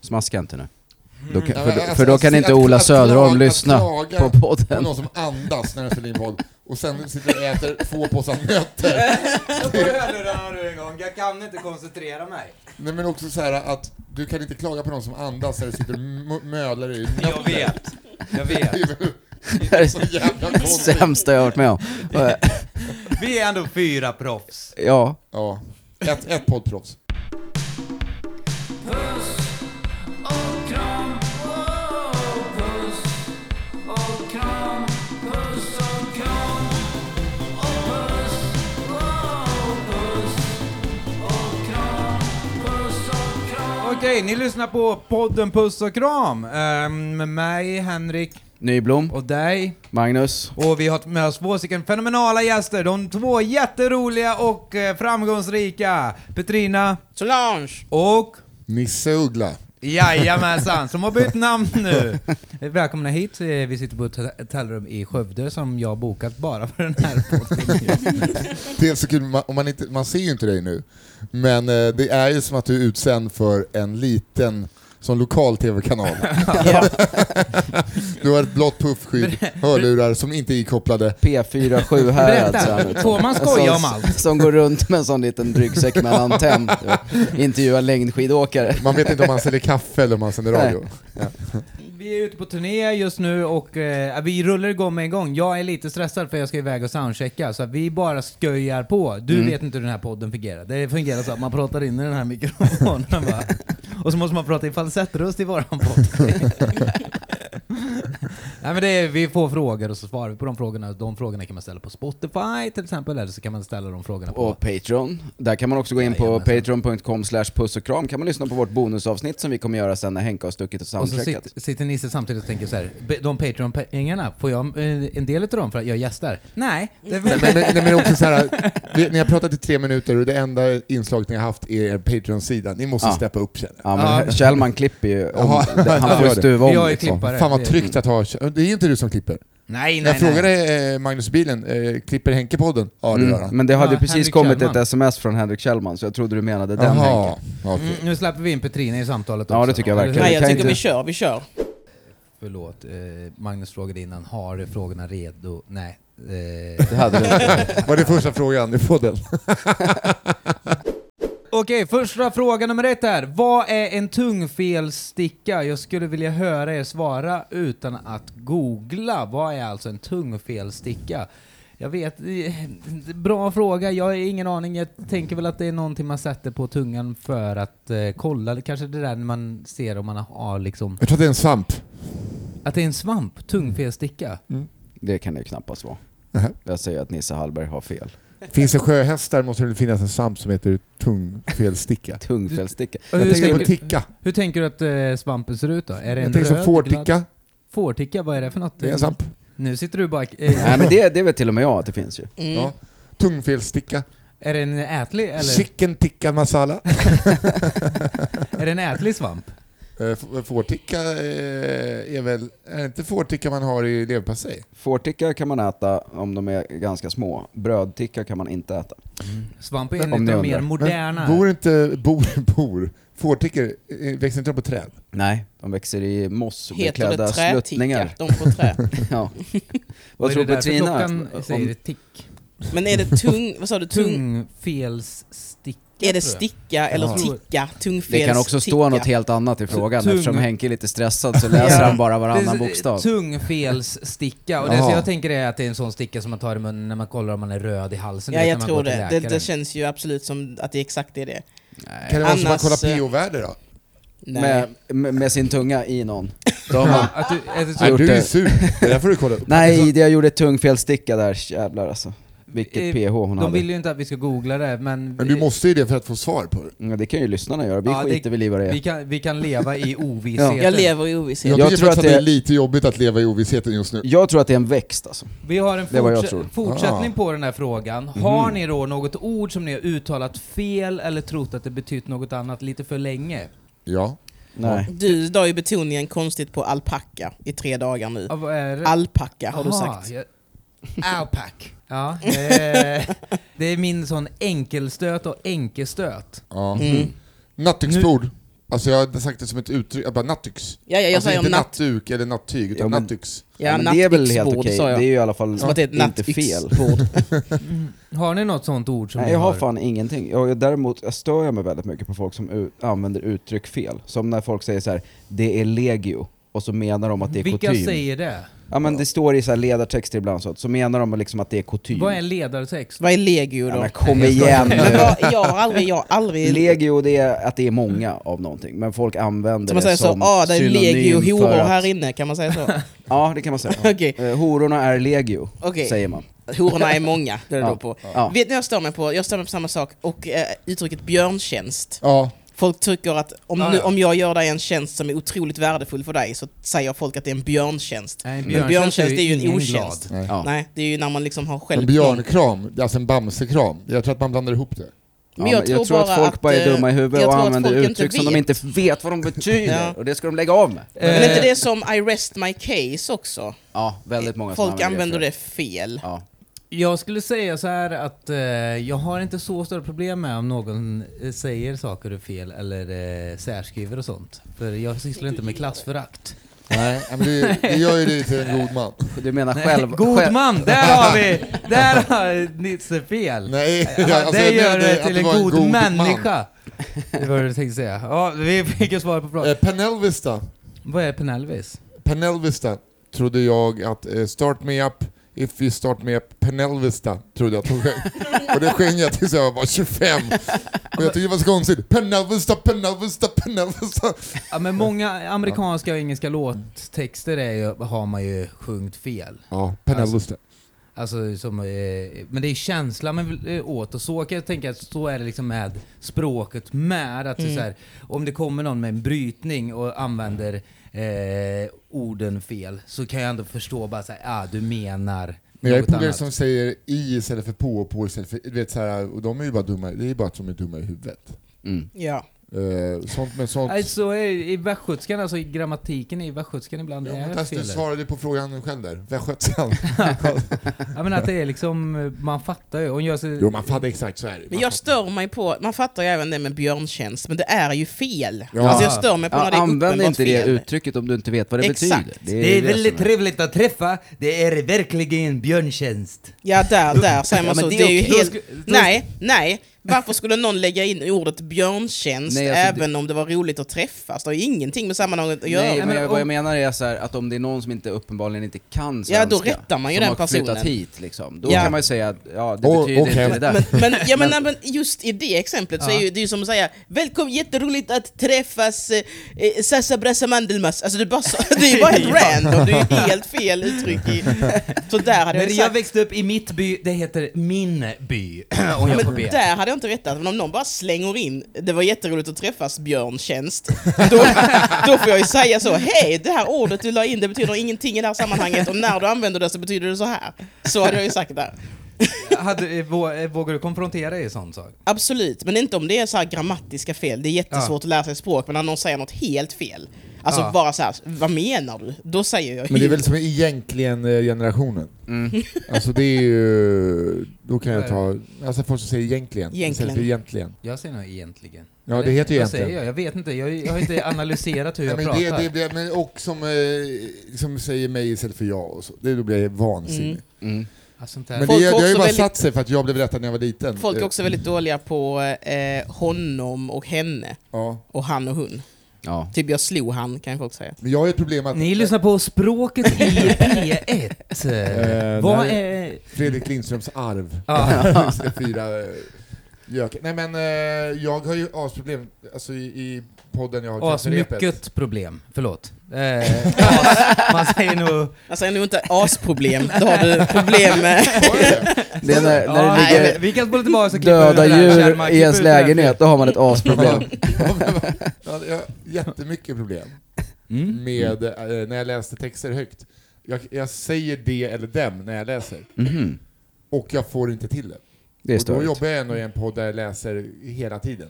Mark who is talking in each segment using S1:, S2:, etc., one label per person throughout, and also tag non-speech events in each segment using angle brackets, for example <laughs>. S1: Smaska inte nu. Då kan,
S2: Nej,
S1: för,
S2: men
S1: då,
S2: alltså,
S1: för då kan
S2: alltså,
S1: inte
S2: att-
S1: Ola
S2: att
S1: Söderholm
S2: klaga-
S1: lyssna
S2: att klaga
S1: på
S2: Och
S1: podden.
S2: någon som andas när den spelar in podd och sen sitter och äter två påsar nötter.
S3: Jag får hörlurarna nu en gång, jag kan inte koncentrera mig.
S2: Nej men också så här att du kan inte klaga på någon som andas när du sitter och mö- mödlar i nötter.
S3: Jag vet, jag vet.
S1: Det är
S2: <laughs> Så jävla
S1: det
S2: konstigt.
S1: sämsta jag har hört med om. Eh,
S3: Vi är ändå fyra proffs.
S1: <laughs> Ja,
S2: Ja. Ett, ett poddproffs.
S3: Okej, ni lyssnar på podden Puss och kram. Ehm, med mig, Henrik
S1: Nyblom,
S3: och dig.
S1: Magnus.
S3: Och vi har med oss två stycken fenomenala gäster. De två jätteroliga och eh, framgångsrika. Petrina
S4: Solange!
S3: och
S2: Nisse Uggla.
S3: Jajamensan, som har bytt namn nu. Välkomna hit. Eh, Vi sitter på ett hotell- hotellrum i Skövde som jag har bokat bara för den här podden.
S2: Det är så kul, man, om man, inte, man ser ju inte dig nu, men eh, det är ju som att du är utsänd för en liten som lokal tv-kanal. <laughs> du har ett blått puffskydd, hörlurar som inte är ikopplade.
S1: P4 7 här
S3: Berätta,
S1: alltså.
S3: får man skoja
S1: Som-
S3: om allt?
S1: Som går runt med en sån liten ryggsäck med
S3: <laughs>
S1: en antenn. Intervjuar längdskidåkare.
S2: Man vet inte om man säljer kaffe eller om man sänder radio.
S3: Vi är ute på turné just nu och eh, vi rullar igång med en gång. Jag är lite stressad för jag ska iväg och soundchecka så att vi bara sköjar på. Du vet inte hur den här podden fungerar. Det fungerar så att man pratar in i den här mikrofonen va? Och så måste man prata i falsettröst i våran podd. Nej, men det är, vi får frågor och så svarar vi på de frågorna. De frågorna kan man ställa på Spotify till exempel eller så kan man ställa de frågorna på...
S1: Och Patreon. Där kan man också gå in på patreon.com slash puss och kram. kan man lyssna på vårt bonusavsnitt som vi kommer göra sen när Henka har stuckit och
S3: Och så
S1: soundcheckat.
S3: sitter, sitter Nisse samtidigt och tänker så här, "Be- de Patreon-pengarna, får jag eh, en del av dem för att jag gästar? Nej, det
S2: Nej, men, men, nej, men också så här, vi, ni har pratat i tre minuter och det enda inslaget ni har haft är er Patreon-sida. Ni måste
S1: Ja.
S2: steppa upp känner jag.
S1: Ja men
S3: Ja.
S1: Kjellman klipper ju om,
S2: Jaha.
S1: han får ju
S2: Ja.
S1: stuva om
S3: Vi har ju
S1: liksom.
S3: klippare.
S2: Fan vad
S3: Det-
S2: tryggt att ha... Det är inte du som klipper.
S3: Nej, nej,
S2: Jag frågade eh, Magnus Bilen, eh, klipper Henke podden? Ja det gör
S1: Mm,
S2: han.
S1: men det hade
S3: Ja,
S1: precis
S3: Henrik
S1: kommit
S3: Kjellman.
S1: ett sms från Henrik Kjellman så jag trodde du menade den Henke.
S2: Jaha. Okej.
S3: nej. Mm, nu släpper vi in Petrina i samtalet
S1: Ja,
S3: också.
S1: det tycker jag verkligen.
S4: Nej,
S1: vi
S3: Eller-
S1: kan
S4: jag tycker
S1: inte-
S4: vi kör, vi kör.
S3: Förlåt, eh, Magnus frågade innan, har du frågorna redo? Nej.
S1: <laughs>
S3: Eh.
S1: Det hade du
S2: <laughs>
S1: inte.
S2: Var det första frågan i podden?
S3: Okej, första fråga nummer ett här. Vad är en tungfelsticka? Jag skulle vilja höra er svara utan att googla. Vad är alltså en tungfelsticka? Jag vet, eh, bra fråga. Jag har ingen aning. Jag tänker väl att det är någonting man sätter på tungan för att eh, kolla. Det Kanske det där när man ser om man har liksom...
S2: Jag tror att det är en svamp.
S3: Att det är en svamp, tungfelsticka.
S1: Mm. Det kan det ju knappast vara.
S2: Nähä.
S1: Jag säger att Nisse Hallberg har fel.
S2: Finns det sjöhästar måste det finnas en svamp som heter
S3: <laughs>
S2: tungfelsticka.
S1: Tungfelsticka.
S3: Och
S2: Jag
S3: Hur
S2: tänker på
S3: tänker,
S2: ticka.
S3: hur tänker du att eh, svampen ser ut då? Är det en
S2: Jag tänker som
S3: röd? Mm. glatt-
S2: fårticka.
S3: Fårticka, vad är det för något?
S2: Det är en svamp.
S3: Nu sitter du bara... eh,
S1: Nej men det, det vet till och med jag att det finns ju.
S4: Mm.
S2: Ja. Tungfelsticka.
S3: Är det en ätlig, eller?
S2: Chicken tikka masala.
S3: Är det en ätlig svamp?
S2: Eh, f- Fårticka eh, är väl... Är det inte fårticka man har i leverpastej?
S1: Fårtickar kan man äta om de är ganska små. Brödtickar kan man inte äta.
S3: Svamp är
S1: Men om
S3: en av
S1: ni
S3: de mer
S1: undrar.
S3: moderna.
S2: Bor inte... Bor... <laughs> bor. Fårtickor, eh, växer inte de på träd?
S1: Nej, de växer i
S4: Heter
S1: mossbeklädda
S4: det träticka?
S1: sluttningar.
S4: De på trä.
S3: <laughs>
S1: Ja.
S3: Vad
S1: Vad tror
S3: är det därför
S1: Petrina?
S3: klockan säger
S1: Om,
S3: tick?
S4: Men är det tung... Vad sa du? Tung...
S3: Tungfelssticka,
S4: Är det
S3: tror jag.
S4: sticka eller
S3: Ja.
S4: ticka? Tungfels
S1: det kan också stå
S4: ticka.
S1: något helt annat i frågan
S3: Tung-
S1: eftersom Henke är lite stressad så läser han bara
S3: Det är
S1: varannan
S3: så-
S1: bokstav.
S3: Tungfelssticka. Och det som
S2: Jaha.
S3: jag tänker är att det är en sån sticka som man tar i munnen när man kollar om man är röd i halsen.
S4: Ja,
S3: du vet,
S4: jag
S3: när man
S4: tror
S3: går till
S4: det. det.
S3: läkaren.
S4: Det känns ju absolut som att det är exakt det det är.
S2: Kan det vara så att man
S4: Annars,
S2: kollar
S4: eh,
S2: pH-värde då?
S4: Nej.
S1: Med, med, med sin tunga i någon. Då har man...
S3: Ja, att du, är det så,
S1: Nej,
S2: Nej,
S1: gjort
S2: du är
S1: det. <laughs>
S2: sur. Det där får du kolla upp.
S1: Nej, det jag gjorde ett tungfelsticka där, jävlar alltså.
S3: Alltså- Eh,
S1: Vilket PH hon
S3: de
S1: hade.
S3: vill ju inte att vi ska googla det, men...
S4: <laughs>
S2: Men du måste ju det för att få svar på det.
S1: Mm, det kan ju lyssnarna göra, vi
S3: Ja, det-
S1: skiter väl i vad det
S3: vi,
S1: är.
S3: kan, vi kan leva i
S1: <laughs> Ja.
S3: ovissheten.
S4: Jag lever i ovisshet.
S2: Jag,
S1: Jag
S2: tycker
S1: tror att
S2: faktiskt att det är
S1: det-
S2: lite jobbigt att leva i ovissheten just nu.
S1: Jag tror att det är en växt alltså.
S3: Vi har en
S1: Det är vad jag
S3: fortsa-
S1: tror. Ah. Mhm.
S3: fortsättning på den här frågan. Har ni då något ord som ni har uttalat fel eller trott att det betytt något annat lite för länge?
S2: Ja.
S1: Nej.
S4: Du la ju betoningen konstigt på alpacka i tre dagar nu.
S3: Ja, vad är det?
S4: Alpacka har du
S3: Aha,
S4: sagt.
S3: jag- Alpac. Ja, eh, det är min sån enkelstöt och enkestöt.
S2: ja.
S4: Mm.
S2: Nattduksbord. Alltså jag har sagt det som ett uttryck, jag bara nattyx.
S4: Ja, ja, jag
S2: alltså
S4: säger
S2: inte
S4: om natt...
S2: nattuk eller nattyg, utan
S1: Ja, men-
S2: nattyx.
S4: Ja,
S1: men det är väl helt
S4: nattyxbord,
S1: okej,
S4: sa jag.
S1: det är ju i alla fall
S4: Som att det är ett
S1: inte fel. <laughs>
S4: nattyxbord.
S3: Har ni något sånt ord som
S1: Nej,
S3: ni
S1: jag har
S3: hör?
S1: fan ingenting. Jag, jag, däremot jag stör jag mig väldigt mycket på folk som ut, använder uttryck fel. Som när folk säger så här: det är legio, och så menar de att det är
S3: Vilka
S1: kutym.
S3: säger det?
S1: Ja men det står i så här ledartexter ibland så, så menar de liksom att det är kutym.
S3: Vad är ledartext?
S4: Vad är legio
S1: ja,
S4: då?
S1: men kom
S3: <laughs>
S1: igen
S4: Men
S1: nu!
S4: vad, jag har aldrig, jag har aldrig...
S1: Legio det är att det är många av någonting, men folk använder
S4: Mm. Som man
S1: det
S4: säger så,
S1: som
S4: ah, det är
S1: synonym
S4: legio
S1: för
S4: horor
S1: att-
S4: här inne, kan man säga så?
S1: <laughs> Ja det kan man säga.
S4: <laughs> Okej.
S1: Eh, Hororna är legio,
S4: Okej.
S1: säger man.
S4: Hororna är många, det är det
S1: Ja.
S4: då på.
S1: Ja.
S4: Vet ni vad jag stör mig på? Jag stör mig på samma sak, och eh, uttrycket björntjänst.
S2: Ja,
S4: Folk tycker att om,
S3: Ja,
S4: nu,
S3: ja.
S4: om jag gör dig en tjänst som är otroligt värdefull för dig så säger folk att det är en björntjänst.
S3: Nej, en
S4: Men björntjänst är ju en
S3: ingen
S4: otjänst.
S3: glad.
S2: nej.
S1: Ja.
S4: Nej, det är ju när man liksom har själv...
S2: En björnkram, alltså en bamsekram. Jag tror att man blandar ihop det.
S1: Ja, men jag, tror
S4: bara
S1: att folk bara är
S4: eh,
S1: dumma i huvudet
S4: jag
S1: och
S4: tror att
S1: använder
S4: folk inte
S1: uttryck som de
S4: vet.
S1: inte vet vad de betyder,
S4: Ja.
S1: och det ska de lägga av med.
S4: Men
S3: Eh,
S4: inte det som I rest my case också?
S1: Ja, väldigt många som
S4: folk använder det fel.
S1: Ja.
S3: Jag skulle säga så här att eh, jag har inte så stora problem med om någon eh, säger saker är fel eller eh, särskriver och sånt. För jag sysslar inte med klassförakt.
S2: Nej, men det, det gör ju dig till en god man.
S1: Du menar själv...
S3: God
S1: själv-
S3: man, där har vi! Där har Nisse fel!
S2: Nej,
S3: <laughs> Ja,
S2: alltså,
S3: det
S2: jag
S3: gör
S2: menade
S3: det
S2: att
S3: till en
S2: var
S3: god,
S2: man.
S3: människa. Det var det du tänkte säga. Ja, vi fick ju svar på frågan.
S2: Eh, Penelvis då?
S3: Vad är Penelvis?
S2: Penelvista trodde jag att eh, Start Me Up, If You Start Me Up, Penelvista trodde jag att hon
S3: <laughs>
S2: sjöng. Och det sjöng jag tills jag var 25. Och jag tyckte det var så konstigt. Penelvista, Penelvista, Penelvista.
S3: Ja, men många amerikanska och engelska låttexter är ju, har man ju sjungit fel.
S2: Ja, Penelvista.
S3: Alltså, som, eh, men det är känslan man vill eh, åt och så kan jag tänka att så är det liksom med språket med. Att det är så här, om det kommer någon med en brytning och använder eh, orden fel så kan jag ändå förstå bara såhär, ah du menar
S2: Men jag är
S3: något
S2: polare
S3: annat.
S2: som säger i istället för på och på istället för... Du vet så här, och de är ju bara dumma, det är ju bara att de är dumma i huvudet.
S1: Mm.
S4: Ja.
S2: Eh, sånt med sånt.
S3: Nej, så är, i västgötskan, alltså i grammatiken i västgötskan ibland
S2: Ja, men
S3: är
S2: fast du
S3: fel.
S2: svarade på frågan själv där.
S3: <laughs>
S2: Västgötsen.
S3: Ja men att det är liksom, eh, man fattar ju. Om jag säger,
S2: Jo, man fattar exakt så är det.
S4: Men jag stör mig på, man fattar ju även det med björntjänst, men det är ju fel.
S2: Ja.
S4: Alltså jag stör mig på när
S1: Ja,
S4: det är
S1: använd
S4: uppenbart
S1: inte det
S4: fel.
S1: uttrycket om du inte vet vad det
S4: Exakt.
S1: betyder.
S5: Det är
S1: det
S5: väldigt
S1: som
S5: trevligt att träffa. Det är verkligen björntjänst.
S4: Ja, där, där säger man
S1: Ja, men
S4: så.
S1: det
S4: Det,
S1: är
S4: är ju
S1: okej.
S4: helt...
S3: Då sku- då-
S4: nej, nej. Varför skulle någon lägga in ordet björntjänst
S1: Nej, alltså
S4: även om det var roligt att träffas? Det har ju ingenting med sammanhanget att göra.
S1: Nej, men
S3: men
S1: jag,
S3: om-
S1: vad jag menar är så här, att om det är någon som inte uppenbarligen inte kan svenska,
S4: Ja, då rättar man ju
S1: som
S4: den
S1: har flyttat
S4: personen.
S1: hit liksom, då
S4: Ja.
S1: kan man ju säga att ja, det
S2: Åh,
S1: betyder
S2: okej.
S1: inte det
S4: <laughs>
S1: där.
S4: Men, men, ja, men, nej, men just i det exemplet så
S3: Ja.
S4: är ju, det är ju som att säga Välkommen, jätteroligt att träffas, eh, eh, Sassa Brassa Mandelmass. Alltså det är, bara, så- <laughs> det är ju bara helt random, det är ju helt fel
S1: <laughs>
S4: uttryck. I, så där hade jag
S3: jag
S4: sagt.
S3: växte upp i mitt by, det heter min <clears throat> by. om jag får
S4: Men
S3: be.
S4: där hade jag inte rättat, men om någon bara slänger in Det var jätteroligt att träffas björntjänst <laughs> då, då får jag ju säga så Hej, det här ordet du la in det betyder ingenting i det här sammanhanget och när du använder det så betyder det så här Så hade jag ju sagt där
S3: Hade, eh, vå- eh, vågar du konfrontera i sån sak?
S4: Absolut, men inte om det är så här grammatiska fel. Det är jättesvårt att lära sig språk, men när någon säger något helt fel. Alltså
S3: Ja.
S4: bara så här, vad menar du? Då säger jag ju...
S2: Men det är väl som egentligen eh, generationen?
S1: Mm,
S2: Alltså det är ju... Då kan jag ta... Alltså folk som säger egentligen,
S4: Egentligen.
S2: istället för egentligen.
S3: Jag säger nog egentligen.
S2: Ja, det heter ju
S3: Vad säger
S2: egentligen.
S3: jag? Jag vet inte, jag, jag
S2: <laughs>
S3: har inte analyserat hur
S2: Nej,
S3: jag
S2: men,
S3: pratar.
S2: det, det, blir- men och som eh, liksom säger mig istället för jag och så. Det, då blir jag vansinnig.
S4: Mm.
S1: Mm.
S3: Ja, sånt
S2: Men
S3: där.
S2: det,
S4: Folk
S2: det
S4: är
S2: har ju
S4: också
S2: bara
S4: väldigt-
S2: satt sig för att jag blev rättad när jag var liten.
S4: Folk är
S2: Eh,
S4: också väldigt dåliga på eh, honom och henne,
S2: Ja.
S4: och han och hon.
S1: Ja.
S4: Typ jag slog han, kan folk säga.
S2: Men jag har ju ett problem att...
S3: Ni lyssnar på Språket i <laughs> P1.
S2: Eh,
S3: Vad
S2: nej.
S3: är...
S2: Fredrik Lindströms arv. <laughs>
S3: Ja.
S2: Fyra eh, gökar. Nej men eh, jag har ju asproblem, alltså i, i podden jag har
S3: <laughs>
S2: cancerrepet.
S3: Asmycket problem, förlåt.
S2: <laughs>
S3: Eh, as, man säger nog...
S4: Alltså jag är nog inte asproblem, då har du problem med...
S2: Har du det?
S1: <laughs> Det är när, när
S3: Ja,
S1: det
S3: nej,
S1: ligger
S3: vi kan spola tillbaka och klippa ut
S1: döda
S3: det där.
S1: djur
S3: Kärnmark,
S1: i
S3: klipp ut
S1: ens
S3: det där.
S1: lägenhet, då har man ett asproblem.
S2: Ja, men- <laughs> ja, jag har jättemycket problem
S3: Mm.
S2: med eh, när jag läste texter högt. Jag, jag säger det eller dem när jag läser,
S1: <laughs> Mhm.
S2: och jag får inte till det.
S1: Det är
S2: och då
S1: störigt.
S2: jobbar jag ändå i en podd där jag läser hela tiden.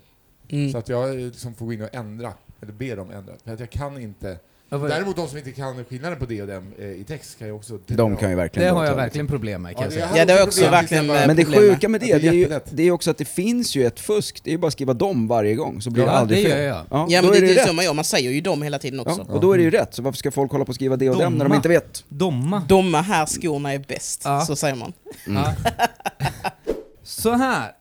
S4: Mm.
S2: Så att jag eh, liksom får gå in och ändra, eller be dem ändra. För att jag kan inte
S3: Ja, vad-
S2: Däremot de som inte kan skillnaden på det och dem eh, i text kan ju också...
S1: De kan ju verkligen
S3: Det
S1: dra
S3: har jag
S1: åt helvete.
S3: verkligen problem med kan jag
S2: Ja,
S3: säga.
S4: Ja, det är också
S2: problem,
S4: verkligen,
S2: till
S3: eh,
S1: Men
S2: exempel-
S1: det
S4: Problemet.
S1: sjuka med det,
S2: Ja, det
S1: det
S2: är
S1: är, ju,
S2: jättelätt.
S1: det är också att det finns ju ett fusk. Det är ju bara att skriva dom varje gång så blir
S3: Ja,
S1: det aldrig
S3: det
S1: fel.
S3: gör jag.
S4: Ja
S1: då
S4: men det
S1: är
S4: är ju
S1: rätt.
S4: så man gör, man säger ju dem hela tiden också.
S1: Ja, och då är det ju rätt, så varför ska folk hålla på och skriva det och dem när de
S3: Domma.
S1: inte vet?
S3: Domma.
S4: De här skorna är bäst,
S3: Ja.
S4: så säger man.
S3: Ja. <laughs> Så här.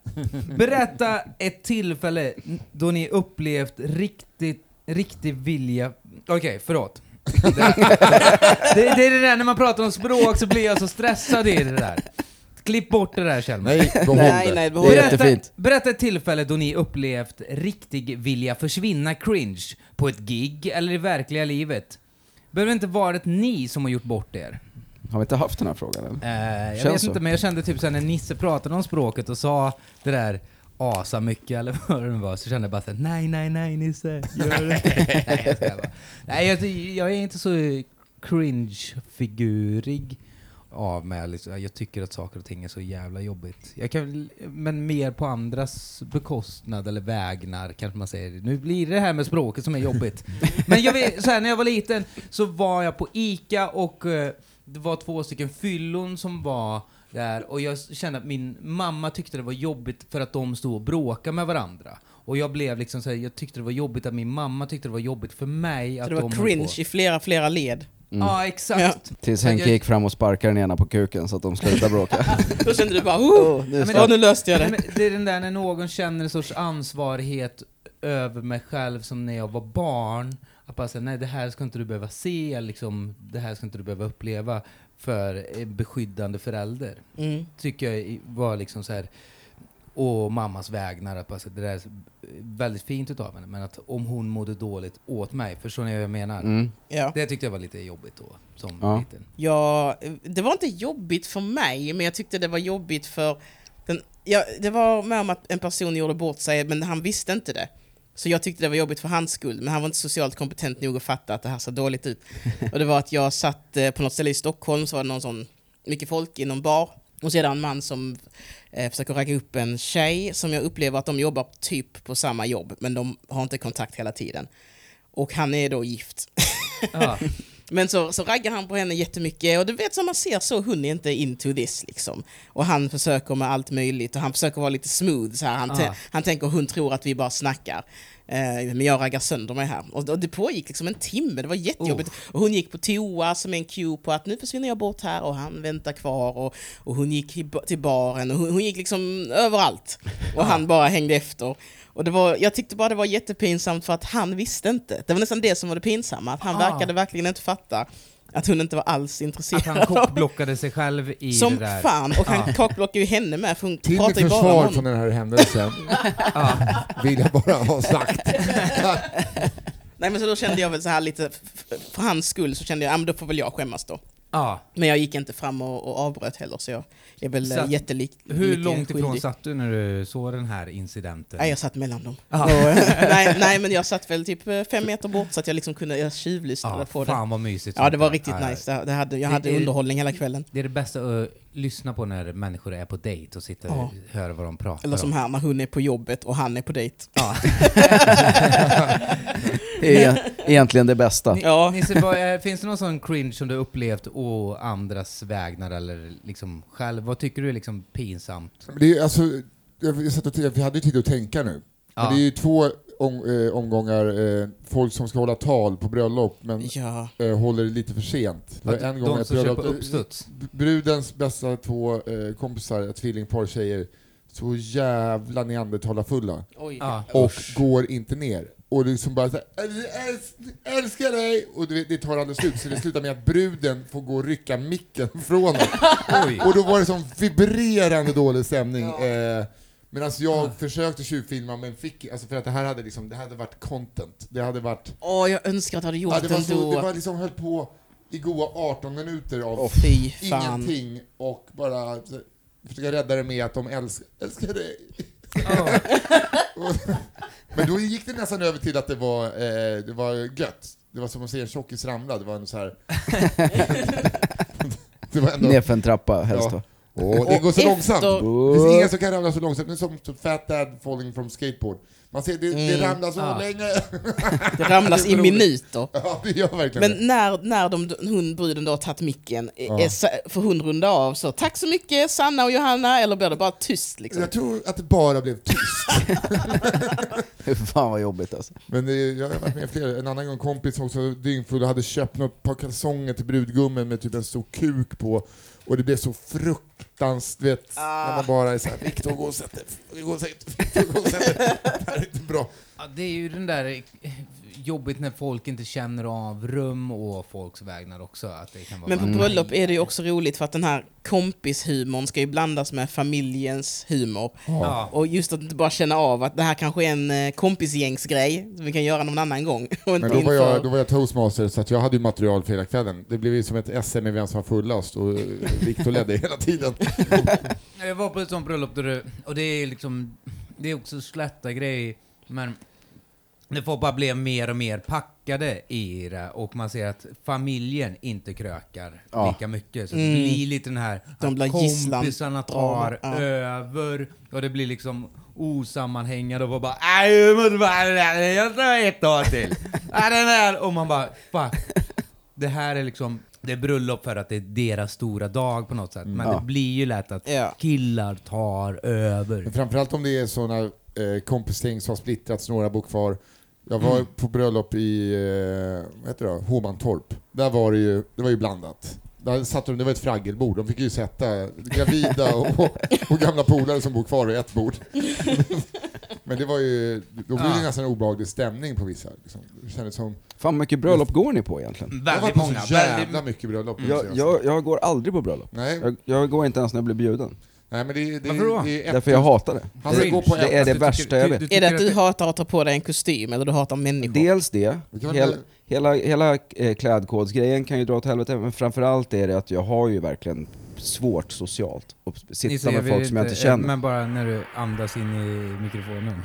S3: Berätta ett tillfälle då ni upplevt riktigt, riktig vilja... Okej, förlåt. Det, det, det är det där när man pratar om språk så blir jag så stressad i det där. Klipp bort det där Kjellman.
S2: Nej, behåll
S4: Nej,
S2: det.
S4: nej, behåll det.
S1: jättefint.
S3: berätta ett tillfälle då ni upplevt riktig vilja försvinna cringe på ett gig eller i verkliga livet. Behöver inte varit ni som har gjort bort er.
S1: Har vi inte haft den här frågan än?
S3: Eh, jag
S1: Känns
S3: vet
S1: så.
S3: inte, men jag kände typ sen när Nisse pratade om språket och sa det där asa mycket eller <laughs> vad det nu var, så kände jag bara såhär, nej, nej, nej Nisse, gör det. <laughs> nej, jag skojar bara. nej, jag, jag är inte så cringe-figurig av mig. Liksom. Jag tycker att saker och ting är så jävla jobbigt. Jag kan, väl- men mer på andras bekostnad eller vägnar kanske man säger. Nu blir det här med språket som är jobbigt. men jag vet, så här, när jag var liten så var jag på ICA och eh, det var två stycken fyllon som var där och jag kände att min mamma tyckte det var jobbigt för att de stod och bråkade med varandra. Och jag blev liksom såhär, jag tyckte det var jobbigt att min mamma tyckte det var jobbigt för mig att
S4: Så det
S3: de
S4: var
S3: höll på.
S4: cringe i flera, flera led.
S1: Mm.
S3: Ja, exakt.
S1: Tills
S3: Jag-
S1: Henke gick fram och sparkade den ena på kuken så att de slutade
S3: <laughs>
S1: bråka.
S4: Då kände du bara oh,
S1: nu
S4: ja,
S3: ska-
S4: nu löste jag
S3: Nej,
S4: det.
S3: men det är den där när någon känner en sorts ansvarighet över mig själv som när jag var barn. Att bara säga, nej det här ska inte du behöva se, eller liksom, det här ska inte du behöva uppleva för en beskyddande förälder.
S4: Mm.
S3: Tycker jag i- var liksom så här och mammas vägnar, att bara säga, det där är eh, väldigt fint utav henne, men att om hon mådde dåligt åt mig, förstår ni vad jag menar?
S1: Mm.
S4: Ja.
S3: Det tyckte jag var lite jobbigt då, som
S1: Ja.
S3: liten.
S4: Ja, det var inte jobbigt för mig, men jag tyckte det var jobbigt för... Den, ja, det var med om att en person gjorde bort sig, men han visste inte det. Så jag tyckte det var jobbigt för hans skull, men han var inte socialt kompetent nog att fatta att det här såg dåligt ut. Och det var att jag satt eh, på något ställe i Stockholm, så var det någon sån, mycket folk i någon bar. Och så är det en man som eh, försöker ragga upp en tjej som jag upplever att de jobbar typ på samma jobb, men de har inte kontakt hela tiden. Och han är då gift.
S3: Ja.
S4: Men så, så raggar han på henne jättemycket och du vet som man ser så, hon är inte into this liksom. Och han försöker med allt möjligt och han försöker vara lite smooth så här. Han, tän-
S3: Ah.
S4: han tänker hon tror att vi bara snackar. Eh, men jag raggar sönder mig här. Och, och det pågick liksom en timme, det var jättejobbigt. Och hon gick på toa som en cue på att nu försvinner jag bort här och han väntar kvar. Och, och hon gick i ba- till baren och hon, hon gick liksom överallt. Och han bara hängde efter. Och det var, jag tyckte bara det var jättepinsamt för att han visste inte. Det var nästan det som var det pinsamma, att han
S3: Ah.
S4: verkade verkligen inte fatta att hon inte var alls
S3: Att
S4: intresserad.
S3: han kockblockade sig själv i
S4: Som
S3: det där. Ah.
S4: fan, och han kakblockade ju henne med för hon
S2: Till mitt
S4: pratade ju bara om
S2: försvar
S4: honom.
S2: från den här
S3: <laughs>
S2: händelsen vill jag bara ha sagt.
S4: Nej men så då kände jag väl så här lite, f- f- för hans skull så kände jag, ja men då får väl jag skämmas då.
S3: Ja.
S4: Men jag gick inte fram och, och avbröt heller så jag är väl
S3: Så att-
S4: så, jättelik.
S3: Hur
S4: mycket
S3: långt ifrån
S4: skyldig.
S3: satt du när du såg den här incidenten?
S4: Nej jag satt mellan dem.
S3: Ah.
S4: Och,
S3: <laughs>
S4: nej, nej men jag satt väl typ eh, fem meter bort så att jag liksom kunde, jag tjuvlyssnade
S3: ja,
S4: på det.
S3: fan vad mysigt.
S4: Ja det var
S3: typ sånt där.
S4: riktigt
S3: Ja,
S4: nice, Det- det hade, jag
S3: Det
S4: hade
S3: är-
S4: underhållning hela kvällen.
S3: Det är det bästa att eh, lyssna på när människor är på dejt och sitter och
S4: Ja.
S3: hör vad de pratar
S4: Eller som
S3: om.
S4: här när hon är på jobbet och han är på dejt.
S1: Det är
S3: <laughs>
S1: egen- egentligen det bästa.
S3: Ni-
S4: <laughs> Ja.
S3: Nisse, vad är, finns det någon sån cringe som du upplevt å andras vägnar eller liksom själv? Vad tycker du är liksom pinsamt?
S2: Det är, ju, alltså, jag, jag satt och, tänkte- vi hade ju tid att tänka nu.
S3: Ja.
S2: Men det är ju två om, eh, omgångar eh, folk som ska hålla tal på bröllop men
S4: Ja.
S2: eh, håller det lite för sent. Det var
S3: Att
S2: en gång
S3: de
S2: ett
S3: som
S2: bröllop,
S3: köper uppstuds?
S2: eh, brudens bästa två eh, kompisar, ett tvillingpar tjejer, så jävla neandertalarfulla.
S4: Oj.
S3: Ja.
S2: och går inte ner. Och liksom bara såhär, älskar, älskar dig! Och du vet, det tar aldrig slut, så det slutar med att bruden får gå och rycka micken <laughs> från honom.
S3: Oj.
S2: Och då var det sån vibrerande dålig stämning. Eh, Medan jag
S4: Ah.
S2: försökte tjuvfilma men fick alltså för att det här hade liksom, det hade varit content. Det hade varit,
S4: Åh, jag önskar att jag hade gjort
S2: ja, det, var
S4: det
S2: så,
S4: ändå.
S2: det var liksom höll på i goa 18 minuter av
S4: Åh, fy fan.
S2: ingenting och bara så, försöka rädda det med att de älskar, älskar dig.
S3: Ja.
S2: <laughs> Men då gick det nästan över till att det var, eh, det var gött. Det var som att se en tjockis ramla, det var en så här... <laughs> det var ändå...
S1: Nerför en trappa helst
S2: Ja.
S1: då. <laughs>
S2: Åh, det går så
S4: efter-
S2: långsamt! Det
S1: Oh.
S2: finns ingen som kan ramla så långsamt, det är som Fat Dad falling from skateboard. Man ser, det, det
S4: Mm.
S2: ramlar så
S4: Ah.
S3: Ja.
S2: länge. <laughs>
S4: Det ramlas i minuter.
S2: ja, det gör verkligen det.
S4: Men när, när de, hon, bruden då har tagit micken, eh, eh, sa- får hon runda av så tack så mycket Sanna och Johanna, eller blir det bara tyst liksom?
S2: Jag tror att det bara blev tyst.
S1: Fan vad jobbigt alltså.
S2: Men det, jag har varit med flera, en annan gång kompis också, dyngfull, och hade köpt något par kalsonger till brudgummen med typ en stor kuk på. Och det blev så fruktansvärt, du vet, när man bara är såhär, Viktor gå och sätt dig, Viktor, gå och sätt dig, Viktor, gå och sätt dig. Det här är inte bra.
S3: Ja, det är ju den där eh, jobbigt när folk inte känner av rum och folks vägnar också. Att det kan vara
S4: Men på
S3: bara-
S4: bröllop är det ju också roligt för att den här kompishumorn ska ju blandas med familjens humor.
S3: Ja.
S4: Och just att inte bara känna av att det här kanske är en eh, kompisgängsgrej som vi kan göra någon annan gång. <laughs> Och inte
S2: Men då var,
S4: inför-
S2: jag, då var jag toastmaster så att jag hade ju material för hela kvällen. Det blev ju som ett SM i vem som var fullast och eh, Viktor ledde hela tiden.
S3: Jag var på ett sånt bröllop där det, och det är liksom, det är också slätta grej men det får bara bli mer och mer packade i det och man ser att familjen inte krökar
S1: Ja.
S3: lika mycket. Så det blir lite den här
S4: Mm. De
S3: att
S4: blir gisslan.
S3: kompisarna tar
S4: Ja.
S3: över och det blir liksom osammanhängande och bara "Nej, jag måste bara- jag tar ett år
S4: <laughs>
S3: till. Ja, den här. Och man bara fuck. Det här är liksom, det är bröllop för att det är deras stora dag på något sätt. Men
S1: Ja.
S3: det blir ju lätt att
S4: Mm. Ja.
S3: killar tar över.
S2: Men framförallt om det är sådana eh, kompisting som har splittrats, några bor kvar. Jag var
S3: Mm.
S2: på bröllop i, eh, vad heter det, Hovmantorp. Där var det ju, det var ju blandat. Där satt de, det var ett fraggelbord, de fick ju sätta gravida och, och, och gamla polare som bor kvar i ett bord. <laughs> Men det var ju, då blev det
S3: Ja.
S2: nästan en obehaglig stämning på vissa. Liksom. Det kändes som,
S1: Fan mycket bröllop går ni på egentligen? Mm.
S2: jag var
S3: Väldigt
S2: på
S3: många.
S2: så jävla
S3: Väldigt,
S2: mycket bröllop. nu
S1: Jag,
S2: senast.
S1: jag, jag går aldrig på bröllop.
S2: Mm. Nej,
S1: Jag, jag går inte ens när jag blir bjuden.
S2: nej men det, det,
S3: Varför då?
S2: det, är ett,
S1: Därför jag hatar det.
S2: Han ska
S3: Cringe.
S2: gå på
S1: Det
S2: ett,
S1: är det
S3: Du
S1: värsta jag vet.
S4: Är det att
S3: tycker
S4: du hatar att ta på dig en kostym eller du hatar människor?
S1: Dels det,
S2: Det kan
S1: hela,
S2: väl-
S1: hela, hela eh, klädkodsgrejen kan ju dra åt helvete, men framförallt är det att jag har ju verkligen svårt socialt. Och
S3: Ni
S1: sitta
S3: ser
S1: med
S3: vi
S1: folk som jag inte
S3: eh,
S1: känner.
S3: Men bara när du andas in i mikrofonen.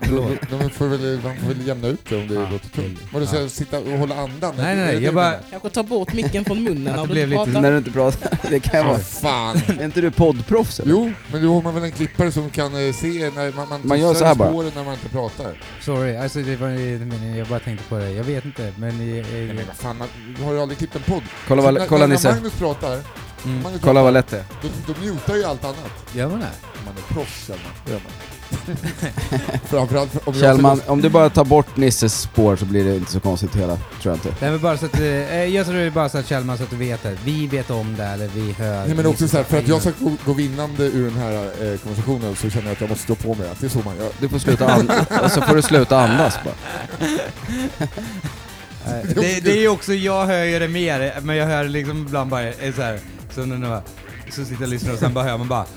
S2: de, de får väl, man får väl jämna ut det om det låter tungt. Vadå, ska jag sitta och hålla andan?
S3: Nej,
S2: Är
S3: nej,
S2: det
S3: nej.
S2: det
S3: Jag
S2: du
S3: bara...
S2: menar?
S4: Kanske ta bort micken från munnen
S3: Att
S4: när
S3: det blev
S4: du
S3: lite-
S4: pratar.
S1: När du inte pratar, <laughs> det kan jag
S2: Vad
S1: vara.
S2: fan.
S1: Är inte du poddproffs eller?
S2: Jo, men då har man väl en klippare som kan eh, se när man, man,
S1: Man gör
S2: tystnar
S1: så här
S2: i
S1: bara.
S2: spåren när man inte pratar.
S3: Sorry, alltså det var inte meningen. Jag bara tänkte på det. Jag vet inte, men... eh, eh,
S2: Nej, men vad fan, man, du har ju aldrig klippt en podd.
S1: Kolla
S2: Så när,
S1: vad, kolla
S2: när
S1: Nisse,
S2: Magnus pratar,
S3: Mm.
S2: Magnus
S1: kolla
S2: pratar
S1: vad lätt det är.
S2: då, då mutar ju allt annat.
S3: Gör man det?
S2: Man är proffs Kjellman, det gör man. <laughs> Framförallt för- om jag
S1: Kjellman, om du bara tar bort Nisses spår så blir det inte så konstigt hela, tror jag inte.
S3: Nej, men bara så att... eh, eh, Jag tror det är bara så att Kjellman, så att du vet det. Vi vet om det, eller vi hör... liksom-
S2: Nej men också så här, för att jag
S3: sa...
S2: ska gå, gå vinnande ur den här eh, konversationen så känner jag att jag måste stå på mig. Att det är så man gör.
S1: Du får sluta <laughs> andas, alltså får du sluta andas bara.
S3: <laughs> Det, det är ju också, jag hör ju det mer, men jag hör liksom ibland bara eh, så här, så när man, så sitter jag och lyssnar och sen bara hör man bara...
S2: <laughs>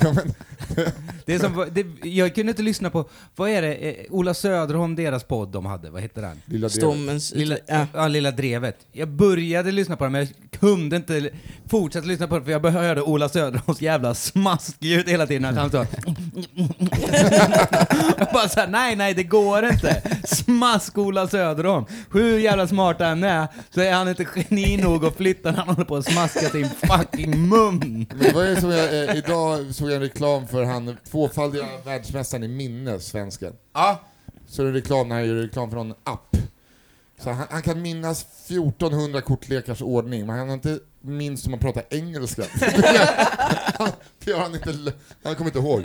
S2: Ja, men,
S3: <laughs> Det är som, det, jag kunde inte lyssna på, vad är det, eh, Ola Söderholm, deras podd de hade, vad hette den?
S2: lilla del.
S4: Stormens...
S3: Lilla,
S4: Ja.
S3: ja, Lilla Drevet. Jag började lyssna på den men jag kunde inte fortsätta lyssna på den för jag hörde Ola Söderholms jävla smaskljud hela tiden. Att han sa... <laughs> jag bara såhär, nej nej det går inte. Smask Ola Söderholm. Hur jävla smart han är så är han inte geni nog att flytta när han håller på att smaska sin fucking mun.
S2: Men vad är det som jag, eh, idag såg jag en reklam för han tvåfaldiga världsmästaren i minne, svensken.
S3: Ja.
S2: Så är det reklam när han gör reklam för någon app. Så han, han kan minnas 1400 kortlekars ordning, men han har inte minst om man pratar engelska. <laughs> han, det gör han, inte, l- han kommer inte ihåg.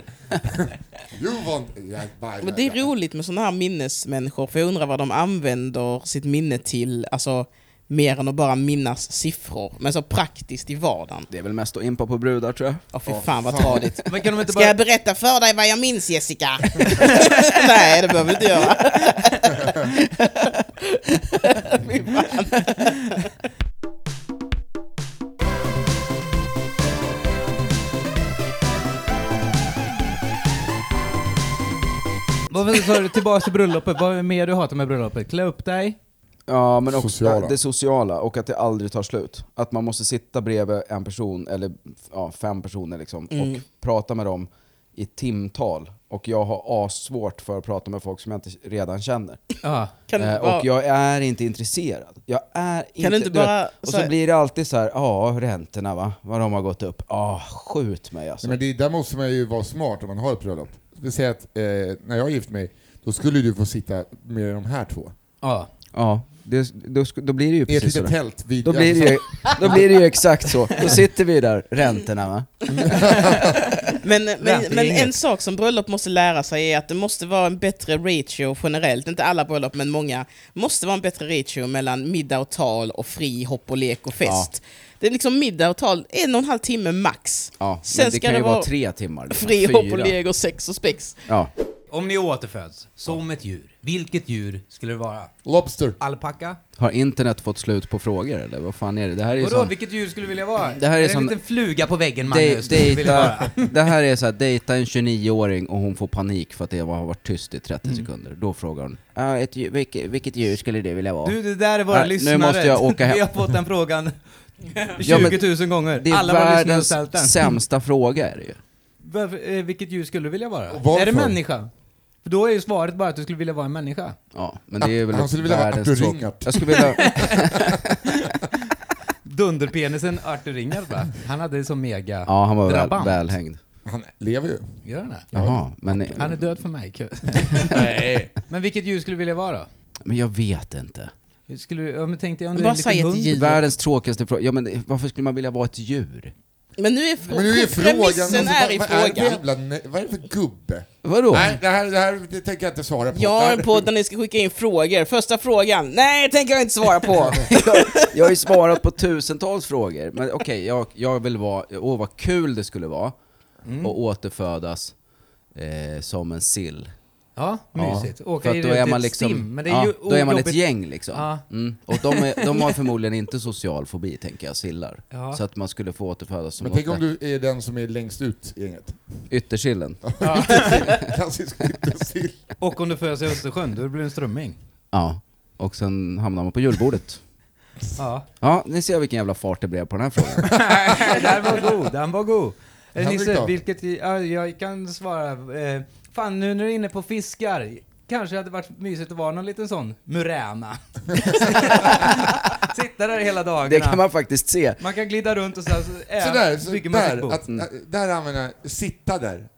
S2: <laughs> you want... Yeah, bye,
S4: Men det är roligt med sådana här minnesmänniskor, för jag undrar vad de använder sitt minne till, alltså mer än att bara minnas siffror, men så praktiskt i vardagen.
S1: Det är väl mest att impa på brudar tror jag.
S4: Åh fy
S2: Åh,
S4: fan vad
S2: fan.
S4: tradigt.
S3: Men kan de inte
S4: Ska
S3: bara...
S4: jag berätta för dig vad jag minns Jessica? <laughs> Nej, det behöver du inte göra. Fy fan.
S3: Vad sa du, tillbaka till bröllopet, vad är det mer du hatar med bröllopet? Klä upp dig?
S1: Ja, men också
S2: Sociala.
S1: det sociala och att det aldrig tar slut. Att man måste sitta bredvid en person, eller ja, fem personer liksom, och prata med dem i timtal. Och jag har svårt för att prata med folk som jag inte redan känner.
S3: Ja.
S4: Kan du
S1: Eh,
S4: inte
S1: och
S4: bara-
S1: jag är inte intresserad. Jag är inte...
S4: du inte
S1: du vet,
S4: bara
S1: och
S4: så
S1: så
S4: här-
S1: blir det alltid så här, "Ah, ja, räntorna va, vad de har gått upp. Ja, skjut mig alltså.
S2: Nej, men det, där måste man ju vara smart om man har ett bröllop. vill säga att eh, när jag gifte mig, då skulle du få sitta med de här två.
S3: Ja.
S1: Ja, det, då, sk- då blir det ju
S2: I typ ett
S1: precis
S2: litet
S1: sådär.
S2: tält vid...
S1: Då blir, det ju, då blir det ju exakt så. Då sitter vi där, räntorna va?
S4: Men, men, men
S3: inget.
S4: en sak som bröllop måste lära sig är att det måste vara en bättre ratio generellt, inte alla bröllop men många, måste vara en bättre ratio mellan middag och tal och fri hopp och lek och fest. Det är liksom middag och tal, en och en halv timme max.
S1: Ja,
S4: Sen
S1: men det
S4: ska
S1: kan
S4: det
S1: ju vara
S4: vara
S1: tre timmar. liksom.
S4: Fri hopp och
S1: Fyra.
S4: lek och sex och spex.
S1: Ja.
S3: Om ni återföds som ett djur, vilket djur skulle det vara?
S2: Lobster.
S3: Alpacka?
S1: Har internet fått slut på frågor eller vad fan är det? Det här är ju
S3: Vadå,
S1: sån...
S3: vilket djur skulle du vilja vara?
S1: Det här är
S3: en
S1: sån-
S3: liten fluga på
S1: De,
S3: väggen Magnus, skulle du vilja
S1: dejta,
S3: vara?
S1: <laughs> det här är så här, dejta en 29-åring och hon får panik för att det har varit tyst i 30
S3: Mm.
S1: sekunder. Då frågar hon, "Ja, ett, djur- vilket, vilket djur skulle du vilja vara?
S3: Du, det där är våra
S1: Nej, nu
S3: lyssnare.
S1: måste jag åka hem.
S3: <laughs> Vi har fått
S1: <laughs>
S3: den frågan 20
S1: Ja, men
S3: 000 gånger.
S1: det är
S3: Alla våra lyssnare har
S1: världens
S3: ställt den.
S1: sämsta fråga är det ju.
S3: Varför, eh, vilket djur skulle du vilja vara?
S2: Och varför?
S3: Är det människa? För då är ju svaret bara att du skulle vilja vara en människa.
S1: Ja, men det är väl
S2: Han skulle vilja vara
S1: världens
S2: Arthur
S1: tråk-
S2: Ringap.
S1: Jag skulle vilja...
S3: <laughs> Dunderpenisen Arthur Ringard va? Han hade det som mega...
S1: Ja, han var väl,
S3: Drabant.
S1: välhängd.
S2: Han lever ju.
S3: Gör han det?
S1: Jaha, men,
S3: Han är död för mig.
S1: <laughs>
S3: Kul. Nej. Men vilket djur skulle du vilja vara
S1: men jag vet inte.
S3: då? Skulle du, ja, men tänkte jag om
S4: Men
S3: du är en
S4: bara säg
S3: liten
S4: ett
S3: hund?
S4: djur.
S1: Världens tråkigaste fråga. Ja, men varför skulle man vilja vara ett djur?
S4: Men nu är,
S2: Men nu är frågan... alltså, <laughs>
S4: premissen är i
S2: vad, vad, är det för
S4: frågan.
S2: jävla, ne- vad är det för gubbe?
S1: Vadå?
S2: Nej, det här, det här det tänker jag inte svara på.
S4: Jag har en podd där ni ska skicka in frågor. Första frågan, nej tänker jag
S2: <laughs>
S4: inte svara på.
S1: <laughs> jag, jag har ju svarat på tusentals frågor, men okej, jag, jag vill vara, åh vad kul det skulle vara
S3: Mm.
S1: och återfödas eh, som en sill.
S3: Ja, mysigt. Åka
S1: För
S3: i
S1: att då
S3: runt
S1: är
S3: i
S1: man
S3: ett
S1: liksom,
S3: stim. Men det är
S1: ja,
S3: ju
S1: då är man ett
S3: ojobbigt.
S1: gäng liksom.
S3: Ja.
S1: Mm. Och de, är, de har förmodligen inte social fobi, tänker jag, sillar.
S3: Ja.
S1: Så att man skulle få återfödas som
S2: Men tänk om
S1: åter-
S2: du är den som är längst ut i gänget.
S1: yttersillen.
S2: Klassisk yttersill.
S3: Och om du föds i Östersjön, då blir du en strömming.
S1: Ja. Och sen hamnar man på julbordet.
S3: Ja.
S1: Ja, ni ser vilken jävla fart det blev på den här
S3: <laughs>
S1: frågan.
S3: den var god, den var god. Eh,
S2: Den fick
S3: Nisse,
S2: jag.
S3: vilket, ja, jag kan svara. Eh, fan, nu när du är inne på fiskar, kanske hade varit mysigt att vara någon liten sån <laughs> muräna. Sitta där hela dagarna.
S1: Det kan man faktiskt se.
S3: Man kan glida runt och så, här, så, ä-
S2: Sådär, så
S3: bygger man sitt
S2: där,
S3: bo.
S2: att, att- där använder jag sitta där.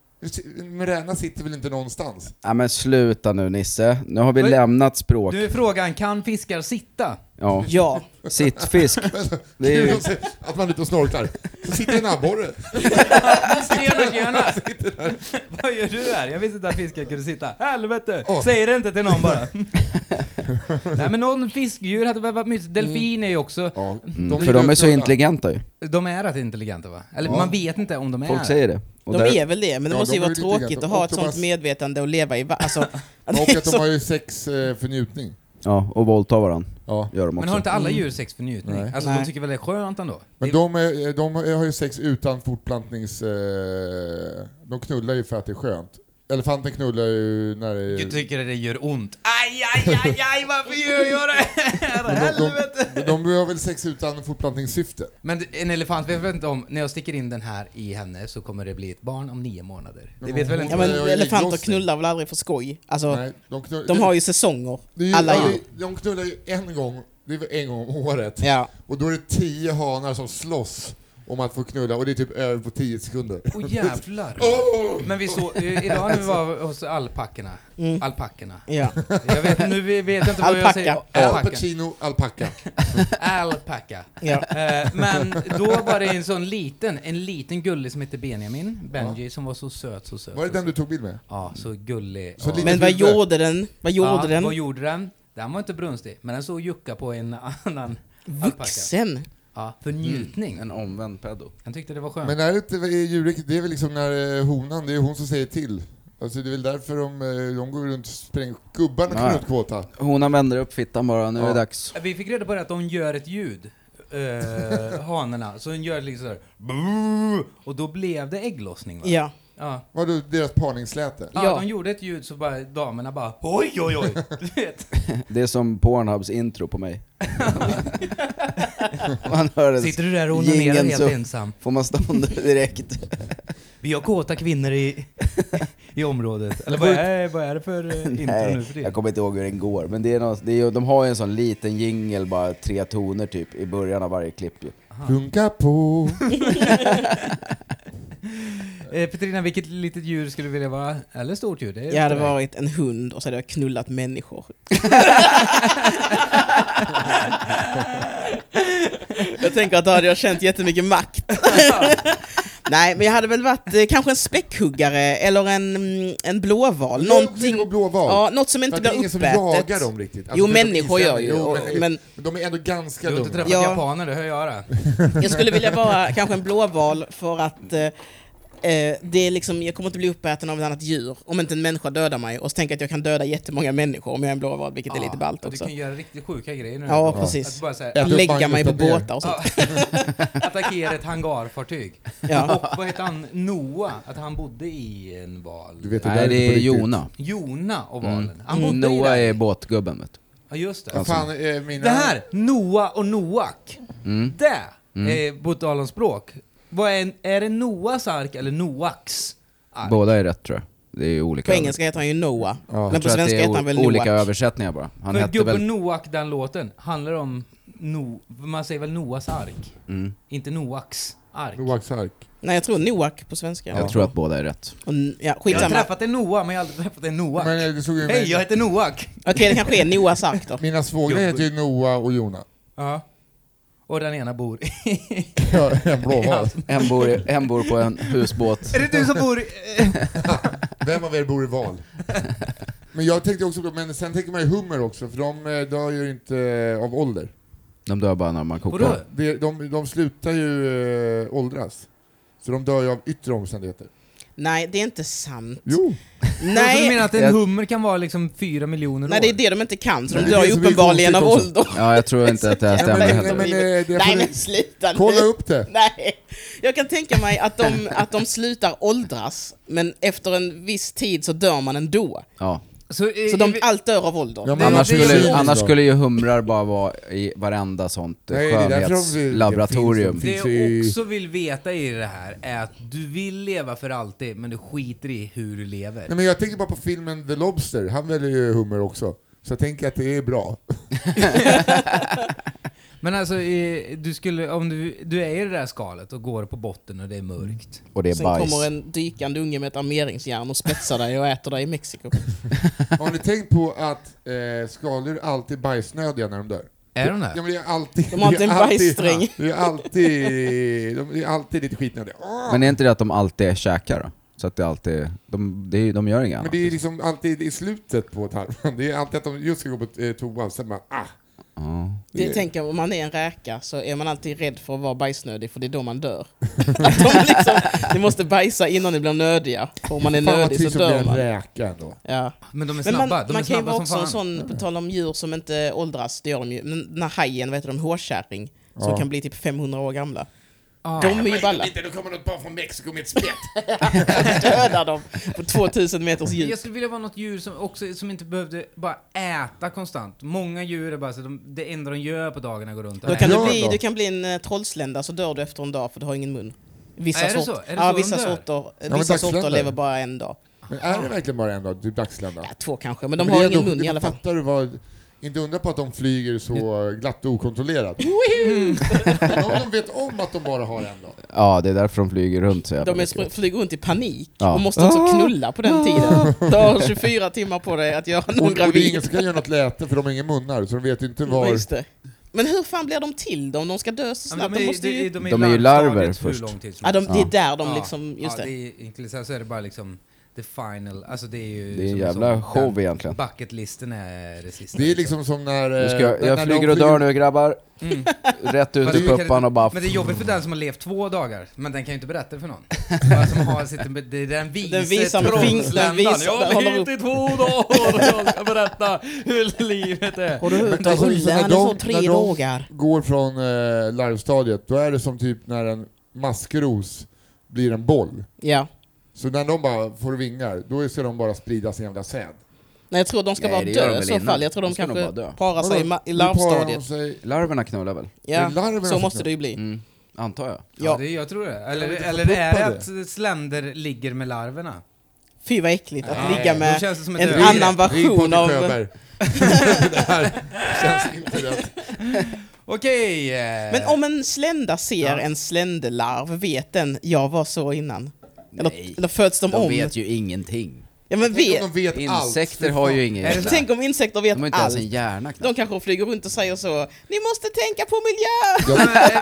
S2: Muräna sitter väl inte någonstans?
S1: Ja, men sluta nu Nisse. Nu har vi
S3: Oj.
S1: lämnat språk.
S3: Nu är frågan, kan fiskar sitta?
S1: Ja. Mm.
S4: Ja.
S1: Sittfisk. <laughs> Det är
S2: <laughs> Kul
S1: ju...
S2: att se Alltså, Att man är ute och snorklar. Så sitter en abborre.
S3: Tjena, tjena! Vad gör du här? Jag visste inte att fiskar kunde sitta. Helvete!
S2: Åh.
S3: Säg det inte till någon bara. Nej men någon fiskdjur hade väl varit mysigt. Delfiner är ju också,
S2: Ja,
S1: Mm, för de är så intelligenta ju.
S3: de är rätt intelligenta va? Eller
S2: Ja.
S3: man vet inte om de är
S1: Folk säger det. Och
S4: De
S1: där-
S4: är väl det, men det
S2: Ja,
S4: måste ju
S2: de är
S4: vara
S2: ju lite
S4: tråkigt
S2: grann-
S4: att ha
S2: och
S4: ett
S2: de
S4: sånt
S2: bara-
S4: medvetande och leva i... va- Alltså,
S2: <laughs>
S4: att
S2: Och
S4: det är
S2: att de
S4: <laughs> så-
S2: har ju sex eh, för njutning.
S1: Ja, och våldtar varandra.
S2: Ja.
S1: Gör de också.
S3: Men har inte alla djur sex för njutning?
S2: Nej.
S3: Alltså de
S4: Nej.
S3: tycker väl det är skönt ändå?
S2: Men
S3: Det-
S2: de, är, de har ju sex utan fortplantnings... eh, De knullar ju för att det är skönt. Elefanten knullar ju när det är...
S3: Du tycker att det gör ont? Aj, aj, aj, aj, varför gör jag det här?
S2: Men de,
S3: Helvete!
S2: de, de, de har väl sex utan fortplantningssyfte?
S3: Men en elefant vet väl inte om, när jag sticker in den här i henne så kommer det bli ett barn om nio månader. Det vet väl
S4: Ja,
S3: inte?
S4: men
S2: Jag är
S4: elefanter
S2: ägglossning.
S4: knullar väl aldrig för skoj? Alltså,
S2: Nej, de, knullar,
S4: de har ju säsonger.
S2: det är ju-
S4: alla
S2: ja,
S4: djur.
S2: det- De knullar ju en gång, det är väl en gång om året.
S4: Ja.
S2: Och då är det tio hanar som slåss om att få knulla och det är typ över på tio sekunder.
S3: Åh jävlar! Men vi såg, eh, idag när vi var hos alpackorna,
S2: Mm.
S3: alpackorna.
S4: Ja.
S3: Jag vet, nu vet jag inte vad jag
S4: Alpacka.
S3: säger.
S2: Al
S3: Alpacka.
S2: Pacino, alpacka.
S3: Alpacka.
S2: <laughs>
S4: Ja.
S3: Eh, Men då var det en sån liten, en liten gullig som hette Benjamin, Benji, som var så söt, så söt.
S2: Var det
S3: så
S2: den
S3: söt.
S2: du tog bild med?
S3: Ja, så gullig.
S2: Så
S3: Ja.
S2: lite
S4: Men vad
S2: huvud.
S4: gjorde den? Vad gjorde
S3: ja,
S4: den?
S3: Vad gjorde den? Den var inte brunstig, men den såg jucka på en <laughs> annan alpacka.
S4: Vuxen?
S3: Ja, för njutning.
S1: En omvänd pedo.
S3: Han tyckte det var skönt.
S2: Mm. Men är det inte i djurriket, det är väl liksom när eh, honan, det är hon som säger till. Alltså det är väl därför de, eh, de går runt och spränger. Gubbarna
S1: Nej.
S2: kan runt kåta.
S1: Honan vänder upp fittan bara, nu är
S2: Ja.
S1: det dags.
S3: Vi fick reda på det att de gör ett ljud, eh, hanarna. Så de gör liksom sådär, och då blev det ägglossning va?
S4: Ja.
S3: Ja.
S2: Vadå, deras parningsläte?
S3: Ja,
S4: Ja.
S3: de gjorde ett ljud så bara damerna bara oj oj oj. Du
S4: <laughs>
S3: vet.
S1: Det är som Pornhubs intro på <laughs> mig. man hör det.
S3: Sitter du där och onanerar
S1: Jingeln
S3: helt
S1: så
S3: ensam?
S1: Får man stånd direkt.
S3: Vi har kåta kvinnor i, <laughs> i området. Eller vad
S1: Sjukt.
S3: är, vad är det för
S4: <laughs>
S3: eh, intro nu för
S1: Nej,
S3: det?
S1: jag kommer inte ihåg hur den går. Men det är något, det är, ju- de har ju en sån liten jingle bara, tre toner typ, i början av varje klipp ju.
S2: Runka på.
S3: Eh, Petrina, vilket litet djur skulle du vilja vara? Eller stort djur? Det är
S4: Jag hade varit en hund och så hade jag
S2: <laughs>
S4: knullat människor. jag tänker att då hade jag känt
S2: <laughs>
S4: jättemycket makt. Nej, men jag hade väl varit eh, kanske en späckhuggare eller en, mm, en blåval.
S2: Någonting
S4: Någonting,
S2: och blåval.
S4: ja, något som
S2: För
S4: inte
S2: att det
S4: blir
S2: är ingen som
S4: uppätet.
S2: jagar dem riktigt.
S4: Jo,
S2: det är som
S4: människor gör ju,
S2: islänningar.
S4: och-
S2: Jo, men,
S4: men-
S2: men de är ändå ganska
S3: Du har inte
S2: lugna.
S3: träffat
S4: Ja.
S3: japaner, det hör jag det.
S4: Jag skulle vilja vara kanske en blåval för att eh, eh, det är liksom, jag kommer inte bli uppäten av ett annat djur om inte en människa dödar mig och så tänker jag att jag kan döda jättemånga människor om jag är en blåval, vilket är lite ballt
S3: Ja, Du
S4: också.
S3: kan göra riktigt sjuka grejer nu.
S4: Ja, precis.
S3: Att bara så här,
S2: Äta upp
S4: Lägga
S2: Magnus
S4: mig på
S2: Tapper.
S4: båtar och sånt.
S3: attackera ett hangarfartyg.
S4: Ja.
S3: Och vad heter han, Noah, att han bodde i en val.
S2: Du vet, det där
S1: Nej,
S2: inte
S1: det
S2: på
S1: är
S2: riktigt.
S1: Jona.
S3: Jona och valen. Han bodde
S1: Mm.
S3: i
S1: Noah
S3: den.
S1: är båtgubben vet du.
S3: Ja, just det.
S2: Vad fan
S4: alltså.
S2: är mina...
S3: Det här, Noah och Noak.
S1: Mm.
S3: Det, eh, på tal om språk. Vad är, är det Noahs ark eller Noaks ark?
S1: Båda är rätt tror jag. Det är ju olika.
S4: På engelska heter han ju Noah,
S1: Jag
S4: men på
S1: tror att det
S4: svenska
S1: är
S4: heter han väl
S1: o- Olika
S4: Noah.
S1: översättningar bara. Han
S3: För
S1: hette
S3: gubben
S1: väl...
S3: Noak, den låten, handlar om no, man säger väl Noahs ark?
S1: Mm.
S3: Inte Noaks ark.
S2: Noaks ark.
S4: Nej, jag tror Noak på svenska.
S1: Jag tror att båda är rätt.
S4: Och n- Ja,
S3: Jag har
S4: skitsamma.
S3: träffat en Noah, men jag har aldrig träffat en Noak.
S2: Men eh, det såg ju
S3: Hej, jag heter Noak!
S4: Okej, det kanske är Noahs ark då.
S2: Mina svågrar heter ju Noah och Jona. <laughs>
S3: Ja. Och den ena bor i...
S2: Ja, en blåval.
S1: En bor, en bor på en husbåt.
S3: Är det du som bor i...
S4: eh,
S2: Vem av er bor i val? Men jag tänkte också på, men sen tänker man ju hummer också, för de eh, dör ju inte eh, av ålder.
S1: De dör bara när man
S3: Vadå?
S1: kokar.
S2: De, de, de slutar ju eh, åldras. Så de dör ju av yttre omständigheter.
S4: Nej, det är inte sant.
S2: Jo!
S3: Så Du
S4: Nej,
S3: menar att en
S1: Jag-
S3: hummer kan vara liksom fyra miljoner
S4: nej, det är
S3: år?
S4: det de inte kan, så de
S2: Nej,
S4: dör
S2: det är
S4: ju
S2: så mycket
S4: uppenbarligen av
S2: konstigt
S4: ålder.
S1: Ja, jag tror inte att det här
S4: Nej, men-
S1: stämmer
S2: men,
S1: heller.
S2: nej, men, eh, det
S4: Nej
S2: får
S4: men
S2: ni,
S4: sluta nu.
S2: kolla upp det!
S4: <laughs> Nej, jag kan tänka mig att de, att de slutar åldras, men efter en viss tid så dör man ändå.
S1: Ja.
S3: Så, eh,
S4: Så
S3: är
S4: de,
S3: vi-
S4: allt dör av ålder.
S2: Ja, men
S1: Annars,
S2: det är ju-
S1: skulle, annars skulle ju humrar bara vara i varenda sånt eh,
S2: Nej, det är därför de-
S1: skönhetslaboratorium.
S2: finns
S3: Det
S2: ju-
S3: jag också vill veta i det här är att du vill leva för alltid, men du skiter i hur du lever.
S2: Nej, men jag tänker bara på filmen The Lobster, han väljer ju hummer också. Så jag tänker att det är bra.
S3: Men alltså, eh, du skulle, om du, du är i det där skalet och går på botten och det är mörkt.
S1: Och det är
S4: Sen
S1: bajs.
S4: kommer en dykande unge med ett armeringsjärn och spetsar dig och äter dig i Mexiko.
S2: Har ni tänkt på att eh, skaldjur alltid är bajsnödiga när de dör?
S3: Är de
S2: Ja,
S3: det?
S2: men det är alltid...
S4: De har inte
S2: det är
S4: en
S2: alltid-
S4: bajssträng.
S2: Det är alltid... De är alltid lite skitnödiga. Ah!
S1: Men är inte det att de alltid är käkar då? Så att det alltid... De, det är, de gör inget
S2: Men
S1: annat.
S2: det är liksom alltid i slutet på tarmen. Det är alltid att de just ska gå på eh, toa, sen bara ah!
S1: Ja.
S4: Det tänker jag, om man är en räka så är man alltid rädd för att vara bajsnödig för det är då man dör. <laughs> Att de liksom, ni måste bajsa innan ni blir nödiga. För om man är
S2: Fan vad
S4: nödig
S2: trist
S4: så
S2: att bli
S4: dör
S2: en
S4: man.
S2: räka ändå.
S4: Ja.
S3: Men de är
S4: Men
S3: snabba.
S4: man,
S3: de är
S4: man kan ju
S3: snabba
S4: vara
S3: som
S4: också
S3: fan.
S4: en sån, på tal om djur som inte åldras, det gör de ju. Men Den här hajen, vad heter de, hårkärring, som
S2: Ja.
S4: kan bli typ 500 år gamla.
S3: Ah.
S4: De är ju balla.
S2: då kommer något barn från Mexiko med ett spett.
S4: <laughs> Dödar dem på 2000 meters djup.
S3: Jag skulle vilja vara något djur som, också, som inte behövde bara äta konstant. Många djur är bara så att de, det enda de gör på dagarna går runt och
S4: Då kan
S2: Gör
S4: du, bli,
S2: då.
S4: du kan bli en eh, trollslända så dör du efter en dag för du har ingen mun.
S3: Är
S4: Vissa
S3: det så?
S4: sorter-
S3: Är det
S4: ja,
S3: så de
S4: vissa
S3: dör?
S4: sorter,
S2: men
S4: vissa sorter
S2: dagsländor.
S4: lever bara en dag.
S2: Men är det verkligen bara en dag? Typ dagslända?
S4: Ja, två kanske, men de
S2: Men
S4: har
S2: det är
S4: ingen
S2: ändå-
S4: mun i alla fall. Mm.
S2: Fattar du vad... Inte undra på att de flyger så glatt och okontrollerat.
S4: <laughs>
S2: om de vet om att de bara har en dag.
S4: Mm.
S1: ja, det är därför de flyger runt så jävla
S4: De är,
S1: mycket.
S4: spr- flyger runt i panik
S1: Ja.
S4: och måste också knulla på den tiden. Du har 24 timmar på dig att göra
S2: Och,
S4: någon
S2: och det är
S4: gravid.
S2: ingen som kan göra något läte för de har ingen munnar, så de vet ju inte
S4: Ja,
S2: var...
S4: Just det. Men hur fan blir de till då om de ska dö så
S3: Ja, men
S4: snabbt? De måste ju...
S1: De är ju larver
S3: larvstadiet
S1: först.
S3: Hur lång tid som
S4: Ja, de, det är där de
S3: Ja,
S4: liksom... Just
S3: ja,
S4: det.
S3: är egentligen så här så är det bara liksom the final, alltså det är ju...
S1: Det är en
S3: som
S1: jävla
S3: sån-
S1: show
S3: den
S1: egentligen.
S3: Bucketlisten är det sista.
S2: Det är liksom som när... eh,
S1: Nu ska jag,
S2: när
S1: jag
S2: de
S1: flyger och dör nu <laughs> grabbar. Rätt ut
S3: Fast
S1: i
S3: det-
S1: puppan liksom- och bara...
S3: Mm. Men det är jobbigt för den som har levt två dagar, men den kan ju inte berätta det för någon.
S1: <laughs>
S3: Bara som har sitt, det är den vise
S4: Den visar med
S3: trollsländan.
S4: fingret, den visar-
S3: Jag har
S4: den håller
S3: levt i två dagar och jag ska berätta hur livet är.
S4: Går du ut
S2: Men
S4: och
S2: alltså,
S4: rullar
S2: när
S4: han
S2: de-
S4: så tre
S2: när de-
S4: dagar?
S2: går från eh, larvstadiet, då är det som typ när en maskros blir en boll.
S4: Ja.
S2: Så när de bara får vingar, då ska de bara sprida sin jävla säd.
S4: Nej, jag tror de ska
S1: Nej,
S4: vara
S1: det gör de
S4: dö i
S1: väl
S4: så
S1: innan.
S4: fall. Jag tror de,
S1: De ska nog
S4: kanske
S1: bara dö.
S4: parar sig i, ma- i
S2: Nu parar de
S4: larvstadiet.
S2: sig-
S1: Larverna knullar väl?
S2: Det är larverna
S4: Ja, så
S2: som
S4: måste
S2: knullar.
S4: det ju bli.
S1: Mm, antar jag.
S3: Ja,
S4: Ja.
S3: det, jag tror det. Eller,
S2: inte
S3: eller är det
S2: förpuppade.
S3: att sländer ligger med larverna?
S4: Fy vad äckligt att
S3: Nej,
S4: ligga
S3: då
S4: med
S3: känns det som ett
S4: en
S3: övergrepp.
S2: Ring
S4: annan
S2: Patrik
S4: version av... <laughs>
S2: Sjöberg. det här känns inte rätt.
S3: Okej! eh,
S4: Men om en slända ser
S3: Ja.
S4: en sländelarv vet den, jag var så innan.
S1: Nej.
S4: Eller, eller föds de,
S1: De
S4: om?
S1: vet ju ingenting.
S4: Ja, men
S2: Tänk
S4: vet,
S2: om de vet
S1: Insekter
S2: allt.
S1: har ju ingen
S3: Är det
S1: hjärna.
S4: Tänk om insekter
S1: De har
S4: vet
S1: inte ens
S4: allt.
S1: en hjärna knappt.
S4: De kanske flyger runt och säger så, ni måste tänka på miljö!
S2: Ja,
S3: <laughs> Men,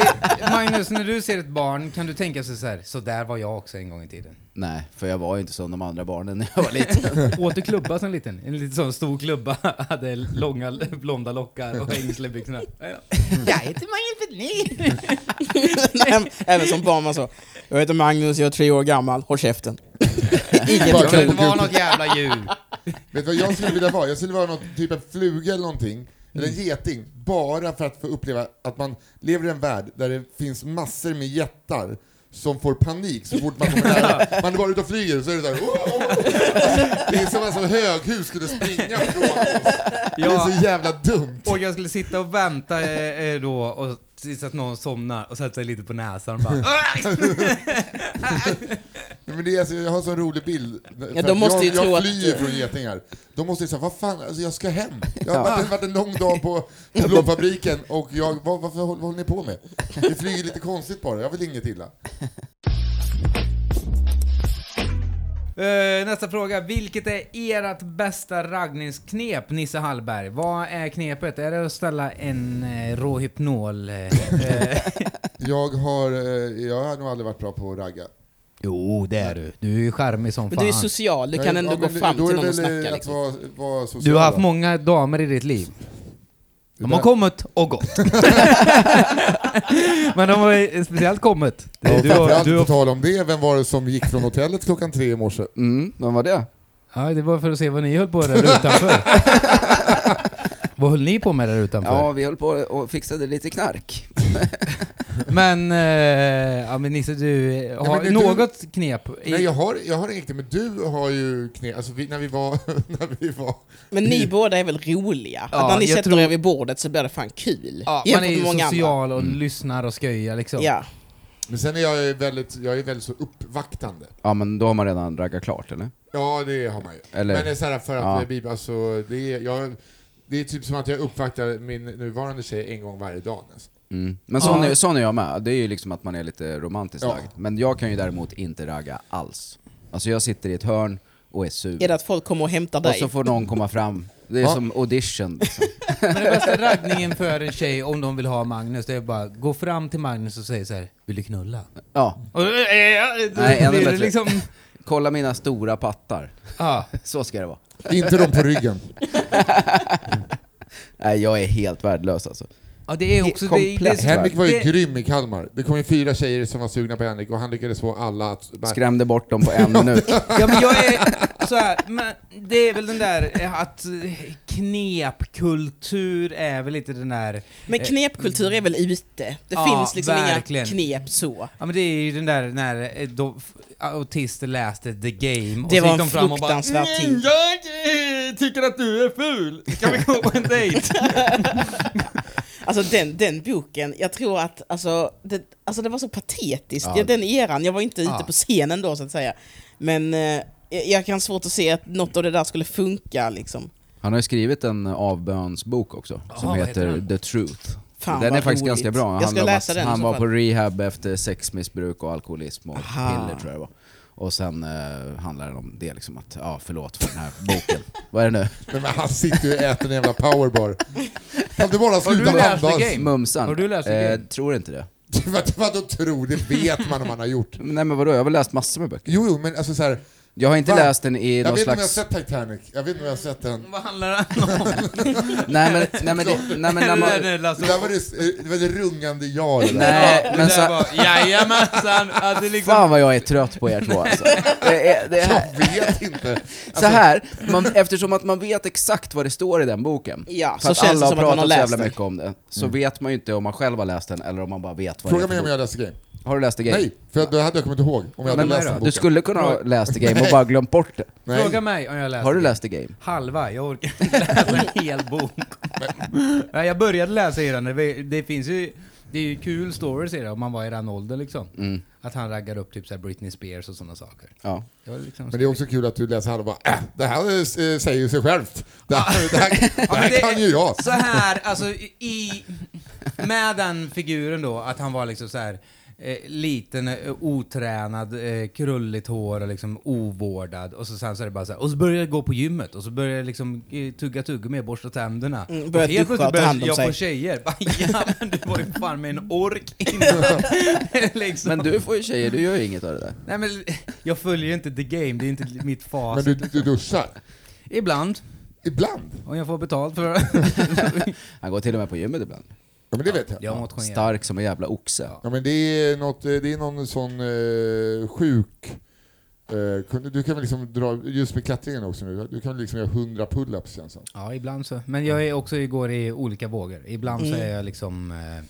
S3: eh, men, eh, Magnus, när du ser ett barn, kan du tänka sig så här, så där var jag också en gång i <laughs> tiden?
S1: Nej, för jag var ju inte som de andra barnen när jag var liten.
S3: Åt du klubba som liten? En liten sån stor klubba, <laughs> hade långa blonda lockar och hängslebyxorna.
S4: Jag heter <laughs> Magnus Petrén! Även som barn man så, jag heter Magnus, jag är tre år gammal, håll <laughs> käften.
S2: Inget
S4: Bara
S3: Det var något jävla djur.
S2: Vet du vad jag skulle vilja vara? Jag skulle vara någon typ av fluga eller någonting, eller en geting, bara för att få uppleva att man lever i en värld där det finns massor med jättar som får panik så fort man kommer nära. Man är bara ute och flyger så är det såhär... Oh, oh, oh. Det är som att alltså höghus skulle springa från oss. Det är så jävla dumt.
S3: Och jag skulle sitta och vänta eh, eh, då och tills att någon somnar och sätta sig lite på näsan och bara <laughs>
S2: Nej, Men det är, alltså, jag har en sån rolig bild. För att
S4: de måste
S2: jag
S4: ju
S2: jag
S4: tro att-
S2: flyr från getingar. De måste ju säga, vad fan, alltså, jag ska hem. Jag har varit, varit en lång dag
S4: <laughs>
S2: på på blomfabriken och jag, vad, varför, håller- vad håller ni på med? Ni flyger lite konstigt bara, jag vill inget illa.
S3: Eh, nästa fråga. Vilket är ert bästa raggningsknep, Nisse Hallberg? Vad är knepet? Är det att ställa en eh, råhypnol? Eh, eh,
S2: Jag har, eh, jag har nog aldrig varit bra på att ragga.
S3: <laughs> jo, det är du. Du är ju charmig som
S4: Men
S3: fan.
S4: du är social, du
S2: Jag-
S4: kan ändå
S2: ja,
S4: gå
S2: men det-
S4: fram till
S2: då är
S4: någon
S2: det
S4: och
S2: väl, eh,
S4: snacka
S2: att
S4: liksom.
S2: vara, vara social,
S3: du har haft
S2: va?
S3: många damer i ditt liv. De har
S2: där-
S3: kommit och gått. <laughs> Men de har ju speciellt kommit.
S2: Ja, och
S3: du har,
S2: framförallt,
S3: du
S2: på
S3: har,
S2: tal om det, vem var det som gick från hotellet klockan tre i morse?
S1: <laughs> Mm, vem var det?
S3: ja, det var för att se vad ni höll på där <laughs> utanför. vad höll ni på med där utanför?
S1: Ja, vi höll på och fixade lite knark.
S3: Men, eh, ja, men Nisse, du eh, har
S2: men det-
S3: något knep? I,
S2: Nej, jag har, jag har inget, men du har ju knä, alltså vi, när vi var, <laughs> när vi var
S4: Men ni båda är väl roliga?
S3: Ja,
S4: att när ni
S3: jag
S4: sätter
S3: tror-
S4: er vid bordet så blir det fan kul.
S3: ja, man är
S4: jämfört
S3: ju
S4: med många andra.
S3: social och lyssnar och sköjar liksom.
S4: Ja.
S2: Men sen är jag ju väldigt, jag är väldigt så uppvaktande.
S1: Ja, men då har man redan raggat klart, eller?
S2: Ja, det har man ju.
S1: Eller-
S2: Men det är så här för att
S1: Ja.
S2: ja. Bibeln, alltså, det är, jag, det är typ som att jag uppvaktar min nuvarande tjej en gång varje dag nästan.
S1: Mm. Men sån,
S3: Ja.
S1: är, sån är jag med. Det är ju liksom att man är lite romantiskt
S2: Ja.
S1: lagd. Men jag kan ju däremot inte ragga alls. Alltså jag sitter i ett hörn och är sur.
S4: Är det att folk kommer och hämtar
S1: och
S4: dig?
S1: så får någon komma fram. Det är
S2: Ja.
S1: som
S4: <laughs>
S1: audition. Liksom.
S3: Men den bästa raggningen för en tjej om de vill ha Magnus, det är bara gå fram till Magnus och säga så här, vill du knulla?
S1: Ja,
S3: Och, eh, eh, då
S1: Nej, ännu
S3: blir det
S1: bättre.
S3: liksom,
S1: kolla mina stora pattar.
S3: ja.
S1: Så ska det vara.
S2: Inte de på ryggen.
S1: Nej, jag är helt värdelös alltså.
S3: ja, det är också... Det, det,
S1: Komplett.
S2: <laughs>
S3: det,
S2: Henrik var ju
S3: Det-
S2: grym i Kalmar. Det kom ju fyra tjejer som var sugna på Henrik och han lyckades få alla att...
S1: Skrämde bort dem på
S4: <laughs>
S1: en minut.
S3: ja, men jag är så här, men det är väl den där eh, att eh, knepkultur är väl lite den där...
S4: Men knepkultur är väl ute? Det
S3: Ja,
S4: finns liksom
S3: verkligen.
S4: inga knep så.
S3: Ja men det är ju den där när eh, då f- autister läste The Game
S4: Det
S3: och
S4: var
S3: så gick
S4: en
S3: de fram och bara "Mm,
S4: fruktansvärd tid."
S3: jag eh, tycker att du är ful! <laughs> Kan vi gå på en dejt?
S4: <laughs> Alltså den, den boken, jag tror att alltså, det, alltså, det var så patetiskt,
S1: Ja.
S4: den eran, jag var inte ute
S3: Ja.
S4: på scenen då så att säga. Men eh, jag- jag kan svårt att se att något av det där skulle funka liksom.
S1: Han har ju skrivit en avbönsbok också, som
S3: vad heter
S1: heter
S3: den?
S1: The Truth.
S4: Fan,
S1: den är
S4: vad
S1: faktiskt
S4: roligt.
S1: ganska bra.
S4: Jag
S1: Han
S4: ska
S1: handlar om
S4: läsa
S1: att
S4: den i
S1: han
S4: så
S1: var
S4: fall.
S1: på rehab efter sexmissbruk och alkoholism och
S4: Aha.
S1: piller tror jag det var. Och sen eh, handlar den om det liksom att, ja förlåt för den här boken. Vad är det nu?
S2: Nej, men han sitter ju och äter en jävla powerbar. Kan du bara
S3: du
S2: sluta
S3: läst The
S2: andas?
S3: Game?
S1: Mumsan. Eh,
S3: Har du läst det?
S1: Tror inte det.
S2: <laughs> Vad- Vadå tro? Det vet man om man har gjort.
S1: Nej men vadå, jag har väl läst massor med böcker.
S2: Jo, jo, men alltså så här,
S1: Jag har inte
S2: Va?
S1: läst den i
S2: Jag
S1: någon
S2: vet inte om jag har
S1: slags...
S2: sett Titanic. Jag vet inte om jag har sett den.
S3: Vad handlar det om?
S1: Nej men, nej men,
S2: <laughs>
S1: det- nej men när man...
S3: <laughs> Det där,
S2: Alltså, Det <laughs>
S3: Lasse.
S2: där var det, det, var det rungande ja det där.
S1: Nej
S3: Ja,
S1: men
S3: det där
S1: så...
S3: var, jajamensan! Att det liksom...
S1: Fan vad jag är trött på er två
S2: <laughs>
S1: alltså. Det är, det är,
S2: Jag vet inte.
S1: så här, man, eftersom att man vet exakt vad det står i den boken,
S4: Ja,
S1: för
S4: så
S1: att
S4: känns
S1: alla
S4: det
S1: har
S4: som att man har
S1: pratat så
S4: läst
S1: jävla
S4: den.
S1: mycket om det, så vet man ju inte om man själv har läst den eller om man bara vet vad
S2: Mm. Fråga
S1: det
S2: mig
S1: är.
S2: om jag läste Game.
S1: Har du läst The Game?
S2: Nej, för då hade jag kommit ihåg om jag hade
S1: Men
S2: läst den
S1: du
S2: boken.
S1: skulle kunna ha läst The Game och bara glömt bort
S2: <laughs>
S1: det.
S2: Nej,
S3: Fråga mig om jag läste
S1: Har du läst The Game?
S3: Halva, jag orkar inte läsa en hel bok. Nej, jag började läsa i den, det, det finns ju... Det är ju kul stories i det om man var i den åldern liksom. Att han raggar upp typ så här Britney Spears och sådana saker.
S1: Ja.
S3: Det var liksom
S2: Men det är också kul att du läser här och bara äh, det här eh, säger ju sig självt. Det här, det här, det
S3: men
S2: här
S3: det
S2: kan ju jag.
S3: Så här, alltså i... Med den figuren då, att han var liksom så här eh, liten, eh, otränad, eh, krulligt hår och liksom ovårdad. Och så sen så är det bara så här, och så börjar jag gå på gymmet och så börjar jag liksom eh, tugga tugga med borsta tänderna.
S4: Mm, börjar
S3: Och helt
S4: duscha
S3: plötsligt
S4: och ta
S3: börjar
S4: hand om
S3: jag
S4: sig.
S3: få tjejer. Bara, ja men du var ju fan med en
S4: <laughs>
S3: ork innan. <laughs> liksom.
S1: Men du får ju tjejer, du gör ju inget av det där.
S3: Nej men jag följer ju inte the game, det är inte mitt fas.
S2: Men du, du duschar?
S3: Ibland,
S2: Ibland?
S3: om jag får betalt
S4: <laughs>
S3: för det.
S1: Han går till och med på gymmet ibland.
S2: Ja men det vet jag.
S3: Jag motionerar.
S1: Stark som en jävla oxe.
S2: Ja men det är, något, eh, det är någon sån eh, sjuk... Eh, kunde- du kan väl liksom dra, just med klättringen också nu, du kan väl liksom göra 100 pull-ups känns det som.
S3: Ja, ibland så. Men jag är också, går i olika vågor. Ibland
S4: Mm.
S3: så är jag liksom... Eh,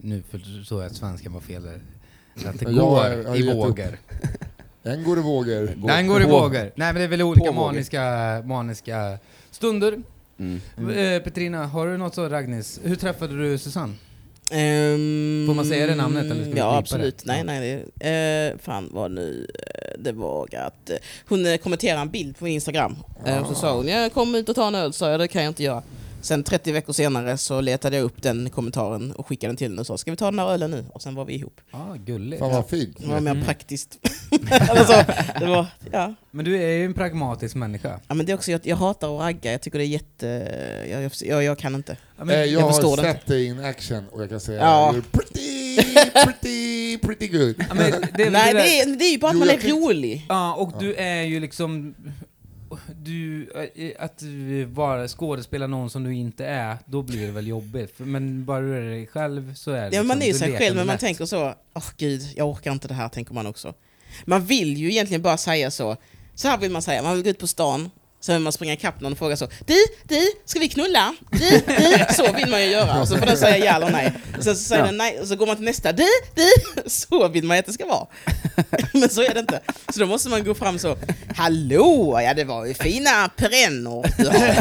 S3: nu förstår jag att svenskan var fel där. Att det
S2: Jag
S3: går
S2: har- jag har
S3: i
S2: gett upp.
S3: vågor.
S2: En går i vågor.
S3: Den går i
S1: på-
S3: vågor. Nej men det är väl olika
S1: vågor.
S3: maniska, maniska stunder.
S1: Mm.
S3: Eh, Petrina, har du något så Ragnis? Hur träffade du Susanne?
S4: Ehm,
S3: Får man säga det namnet, eller ska vi
S4: Ja
S3: bleepa
S4: absolut.
S3: det?
S4: Nej, nej, det, eh, fan vad nu eh, det var att eh, hon eh, kommenterade en bild på min Instagram. Eh, och så sa hon jag kom ut och ta en öl, sa jag det kan jag inte göra. Sen 30 veckor senare så letade jag upp den kommentaren och skickade den till henne och sa ska vi ta den här ölen nu? Och sen var vi ihop.
S3: Ja, ah, gulligt.
S2: Fan vad fint.
S4: Det var
S3: Mm.
S4: mer praktiskt. <laughs> alltså, det var, ja.
S3: Men du är ju en pragmatisk människa.
S4: ja men det är också, jag, jag hatar att ragga, jag tycker det är jätte... Jag, jag, jag, jag kan inte.
S3: Ja,
S2: Eh,
S3: men,
S2: jag,
S4: jag
S2: har
S4: förstår det
S2: sett dig in action och jag kan säga
S4: Ja.
S2: you're pretty, pretty, pretty good.
S3: ja, men det,
S4: Nej
S3: där-
S4: det är, det är ju bara att
S2: Jo,
S4: man
S2: jag
S4: är
S2: tänkte-
S4: rolig.
S3: Ja, och du är ju liksom... Du, eh, att du bara skådespelar någon som du inte är, då blir det väl jobbigt. För- Men bara du är dig själv så är det
S4: Ja,
S3: liksom,
S4: man är ju
S3: du
S4: sig
S3: leker
S4: själv men man
S3: lätt.
S4: tänker så, åh gud, jag orkar inte det här, tänker man också. Man vill ju egentligen bara säga så, så här vill man säga, man vill gå ut på stan, sen vill man springa ikapp någon och fråga så, du, du, ska vi knulla? Du, du, så vill man ju göra, och så får den säga ja eller nej. Sen så säger
S1: Ja.
S4: den nej, och så går man till nästa, du, du, så vill man ju att det ska vara. <laughs> Men så är det inte. Så då måste man gå fram så, hallå, ja det var ju fina perennor
S1: <laughs>
S4: du har.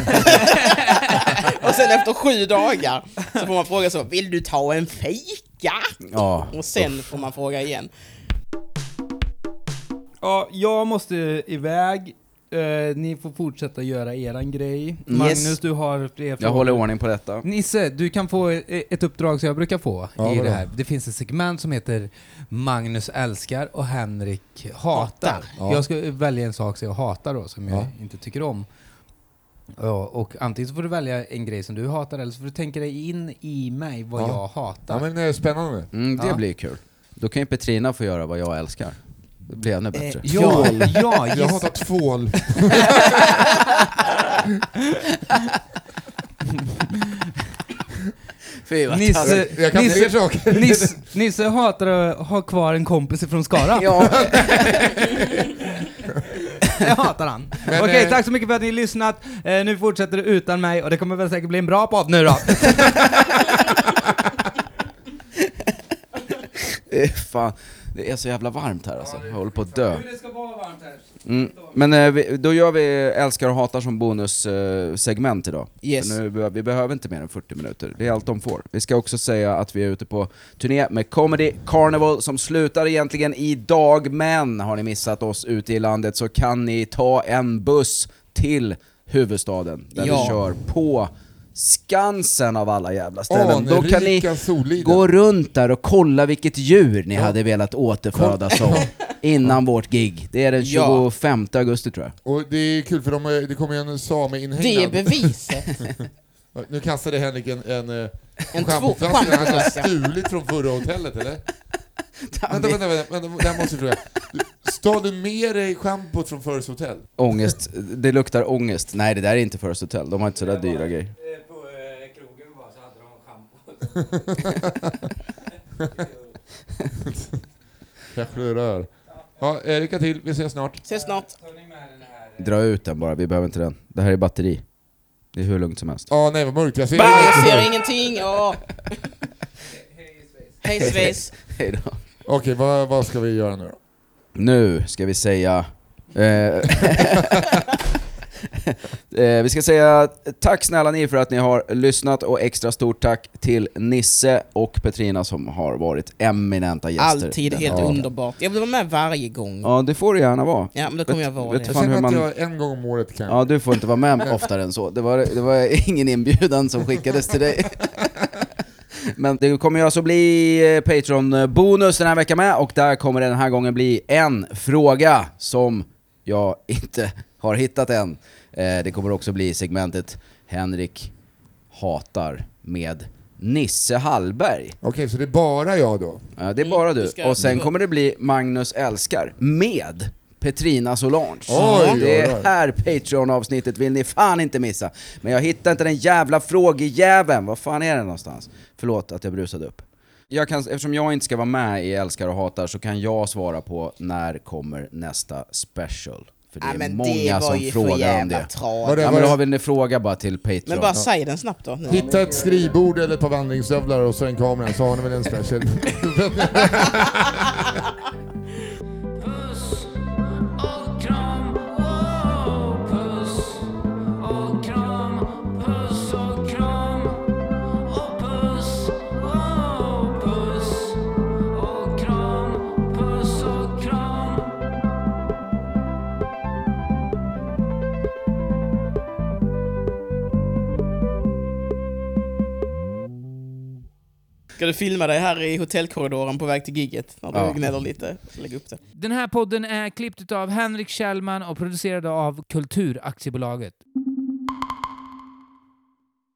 S4: Och sen efter sju dagar så får man fråga så, vill du ta en fika?
S1: Ja.
S4: Och sen får man fråga igen.
S3: Ja, jag måste iväg. Eh, ni får fortsätta göra eran grej. Magnus, du har fler
S1: Jag
S3: frågor.
S1: håller ordning på detta.
S3: Nisse, du kan få e- ett uppdrag som jag brukar få
S2: Ja,
S3: i
S2: vadå?
S3: det här. Det finns ett segment som heter Magnus älskar och Henrik hatar.
S2: Ja.
S3: Jag ska välja en sak som jag hatar då, som jag
S2: Ja.
S3: inte tycker om. Ja, och antingen så får du välja en grej som du hatar eller så får du tänka dig in i mig vad
S2: Ja.
S3: jag hatar.
S2: Ja men eh, spännande.
S1: Mm, det
S3: Ja.
S1: blir kul. Då kan ju Petrina få göra vad jag älskar. Det blir ännu bättre.
S2: Eh,
S3: ja, ja,
S2: Jag
S3: gissa.
S2: hatar tvål.
S1: Fy vad taskigt.
S3: Nisse,
S2: Jag kan fler
S3: Nisse,
S2: saker.
S3: Nisse, Nisse hatar att ha kvar en kompis
S2: <laughs>
S3: från Skara.
S1: Ja,
S3: Jag hatar han.
S2: Men,
S3: Okej,
S2: eh,
S3: tack så mycket för att ni har lyssnat. Eh, nu fortsätter det utan mig och det kommer väl säkert bli en bra podd nu då.
S1: <laughs> eh, fan. Det är så jävla varmt här alltså. Jag håller på att dö. Mm. Men eh, vi, då gör vi älskar och hatar som bonussegment eh, idag.
S4: Yes.
S1: För Nu, be- vi behöver inte mer än 40 minuter, det är allt de får. Vi ska också säga att vi är ute på turné med Comedy Carnival som slutar egentligen idag, men har ni missat oss ute i landet så kan ni ta en buss till huvudstaden där
S4: Ja.
S1: vi kör på Skansen av alla jävla ställen.
S2: Anrika
S1: då kan ni
S2: Soliden.
S1: gå runt där och kolla vilket djur ni hade velat återföda som innan vårt gig. Det är den
S4: Ja.
S1: 25 augusti tror jag.
S2: Och det är kul för de, eh, det kommer ju en
S4: Det är
S2: same-inhägnad.
S4: beviset.
S2: Nu kastade Henrik en, en, eh,
S4: En
S2: schampoflaska
S4: två-
S2: han hade
S4: schampoflaska.
S2: stulit från förra hotellet eller? vänta, vänta, vänta, vänta, det här måste jag fråga. Du- Stal du med dig schampot från förra hotell?
S1: Ångest, det luktar ångest. Nej det där är inte First Hotel, de har inte sådär dyra grejer.
S2: Kanske du rör. Ja, eh, lycka till, vi ses snart.
S4: Ses
S1: <laughs>
S4: snart.
S1: Dra ut den bara, vi behöver inte den. Det här är batteri. Det är hur lugnt som helst.
S2: Ja, nej vad mörkt, jag ser
S4: Jag
S2: ingenting.
S4: ser ingenting. åh. Hej Svejs.
S1: Hejdå.
S2: Okej, vad, vad ska vi göra nu då?
S1: Nu ska vi säga... Eh, <laughs> eh, vi ska säga tack snälla ni för att ni har lyssnat och extra stort tack till Nisse och Petrina som har varit eminenta gäster.
S4: Alltid
S1: denna
S4: helt
S1: veckan.
S4: underbart. Jag vill vara med varje gång.
S1: Ja det får det gärna vara.
S4: Ja, men då kommer jag vara
S1: vet
S4: det.
S2: Jag
S1: Fan, hur
S2: känner
S1: man-
S2: att jag en gång om året kan.
S1: Ja, du får inte vara med oftare än så. Det var, det var ingen inbjudan som skickades till dig. Men det kommer ju alltså bli eh, Patreon-bonus den här veckan med och där kommer det den här gången bli en fråga som jag inte har hittat än. Eh, Det kommer också bli segmentet Henrik hatar med Nisse Hallberg.
S2: Okej, så det är bara jag då?
S1: Ja, det är bara
S4: det
S1: du.
S4: ska-
S1: Och sen kommer det bli Magnus älskar med Petrina Solange.
S2: Oj,
S1: det
S2: oj, oj.
S1: här Patreon-avsnittet vill ni fan inte missa. Men jag hittar inte den jävla frågejäveln. Vad fan är den någonstans? Förlåt att jag brusade upp. Jag kan, eftersom jag inte ska vara med i Älskar och hatar så kan jag svara på när kommer nästa special? För det
S4: Ja,
S1: är
S4: men
S1: många
S4: det var
S1: som
S4: ju för
S1: frågar om
S4: jävla
S1: det.
S4: tradigt.
S2: Var det-
S1: Ja, men
S2: var
S1: då
S2: det-
S1: har vi en fråga bara till Patreon.
S4: Men bara säg den snabbt då. Nu.
S2: Hitta ett skrivbord eller ett par vandringsstövlar och så en kamera, så har ni väl
S1: <laughs>
S2: en special.
S6: Puss och kram, wow. Puss och kram, puss och kram. Och puss, wow. Puss och kram, puss och kram.
S4: Ska du filma dig här i hotellkorridoren på väg till gigget? När du
S1: Ja.
S4: gnäller lite. Så Lägg upp det.
S6: Den här podden är klippt av Henrik Kjellman och producerad av Kulturaktiebolaget.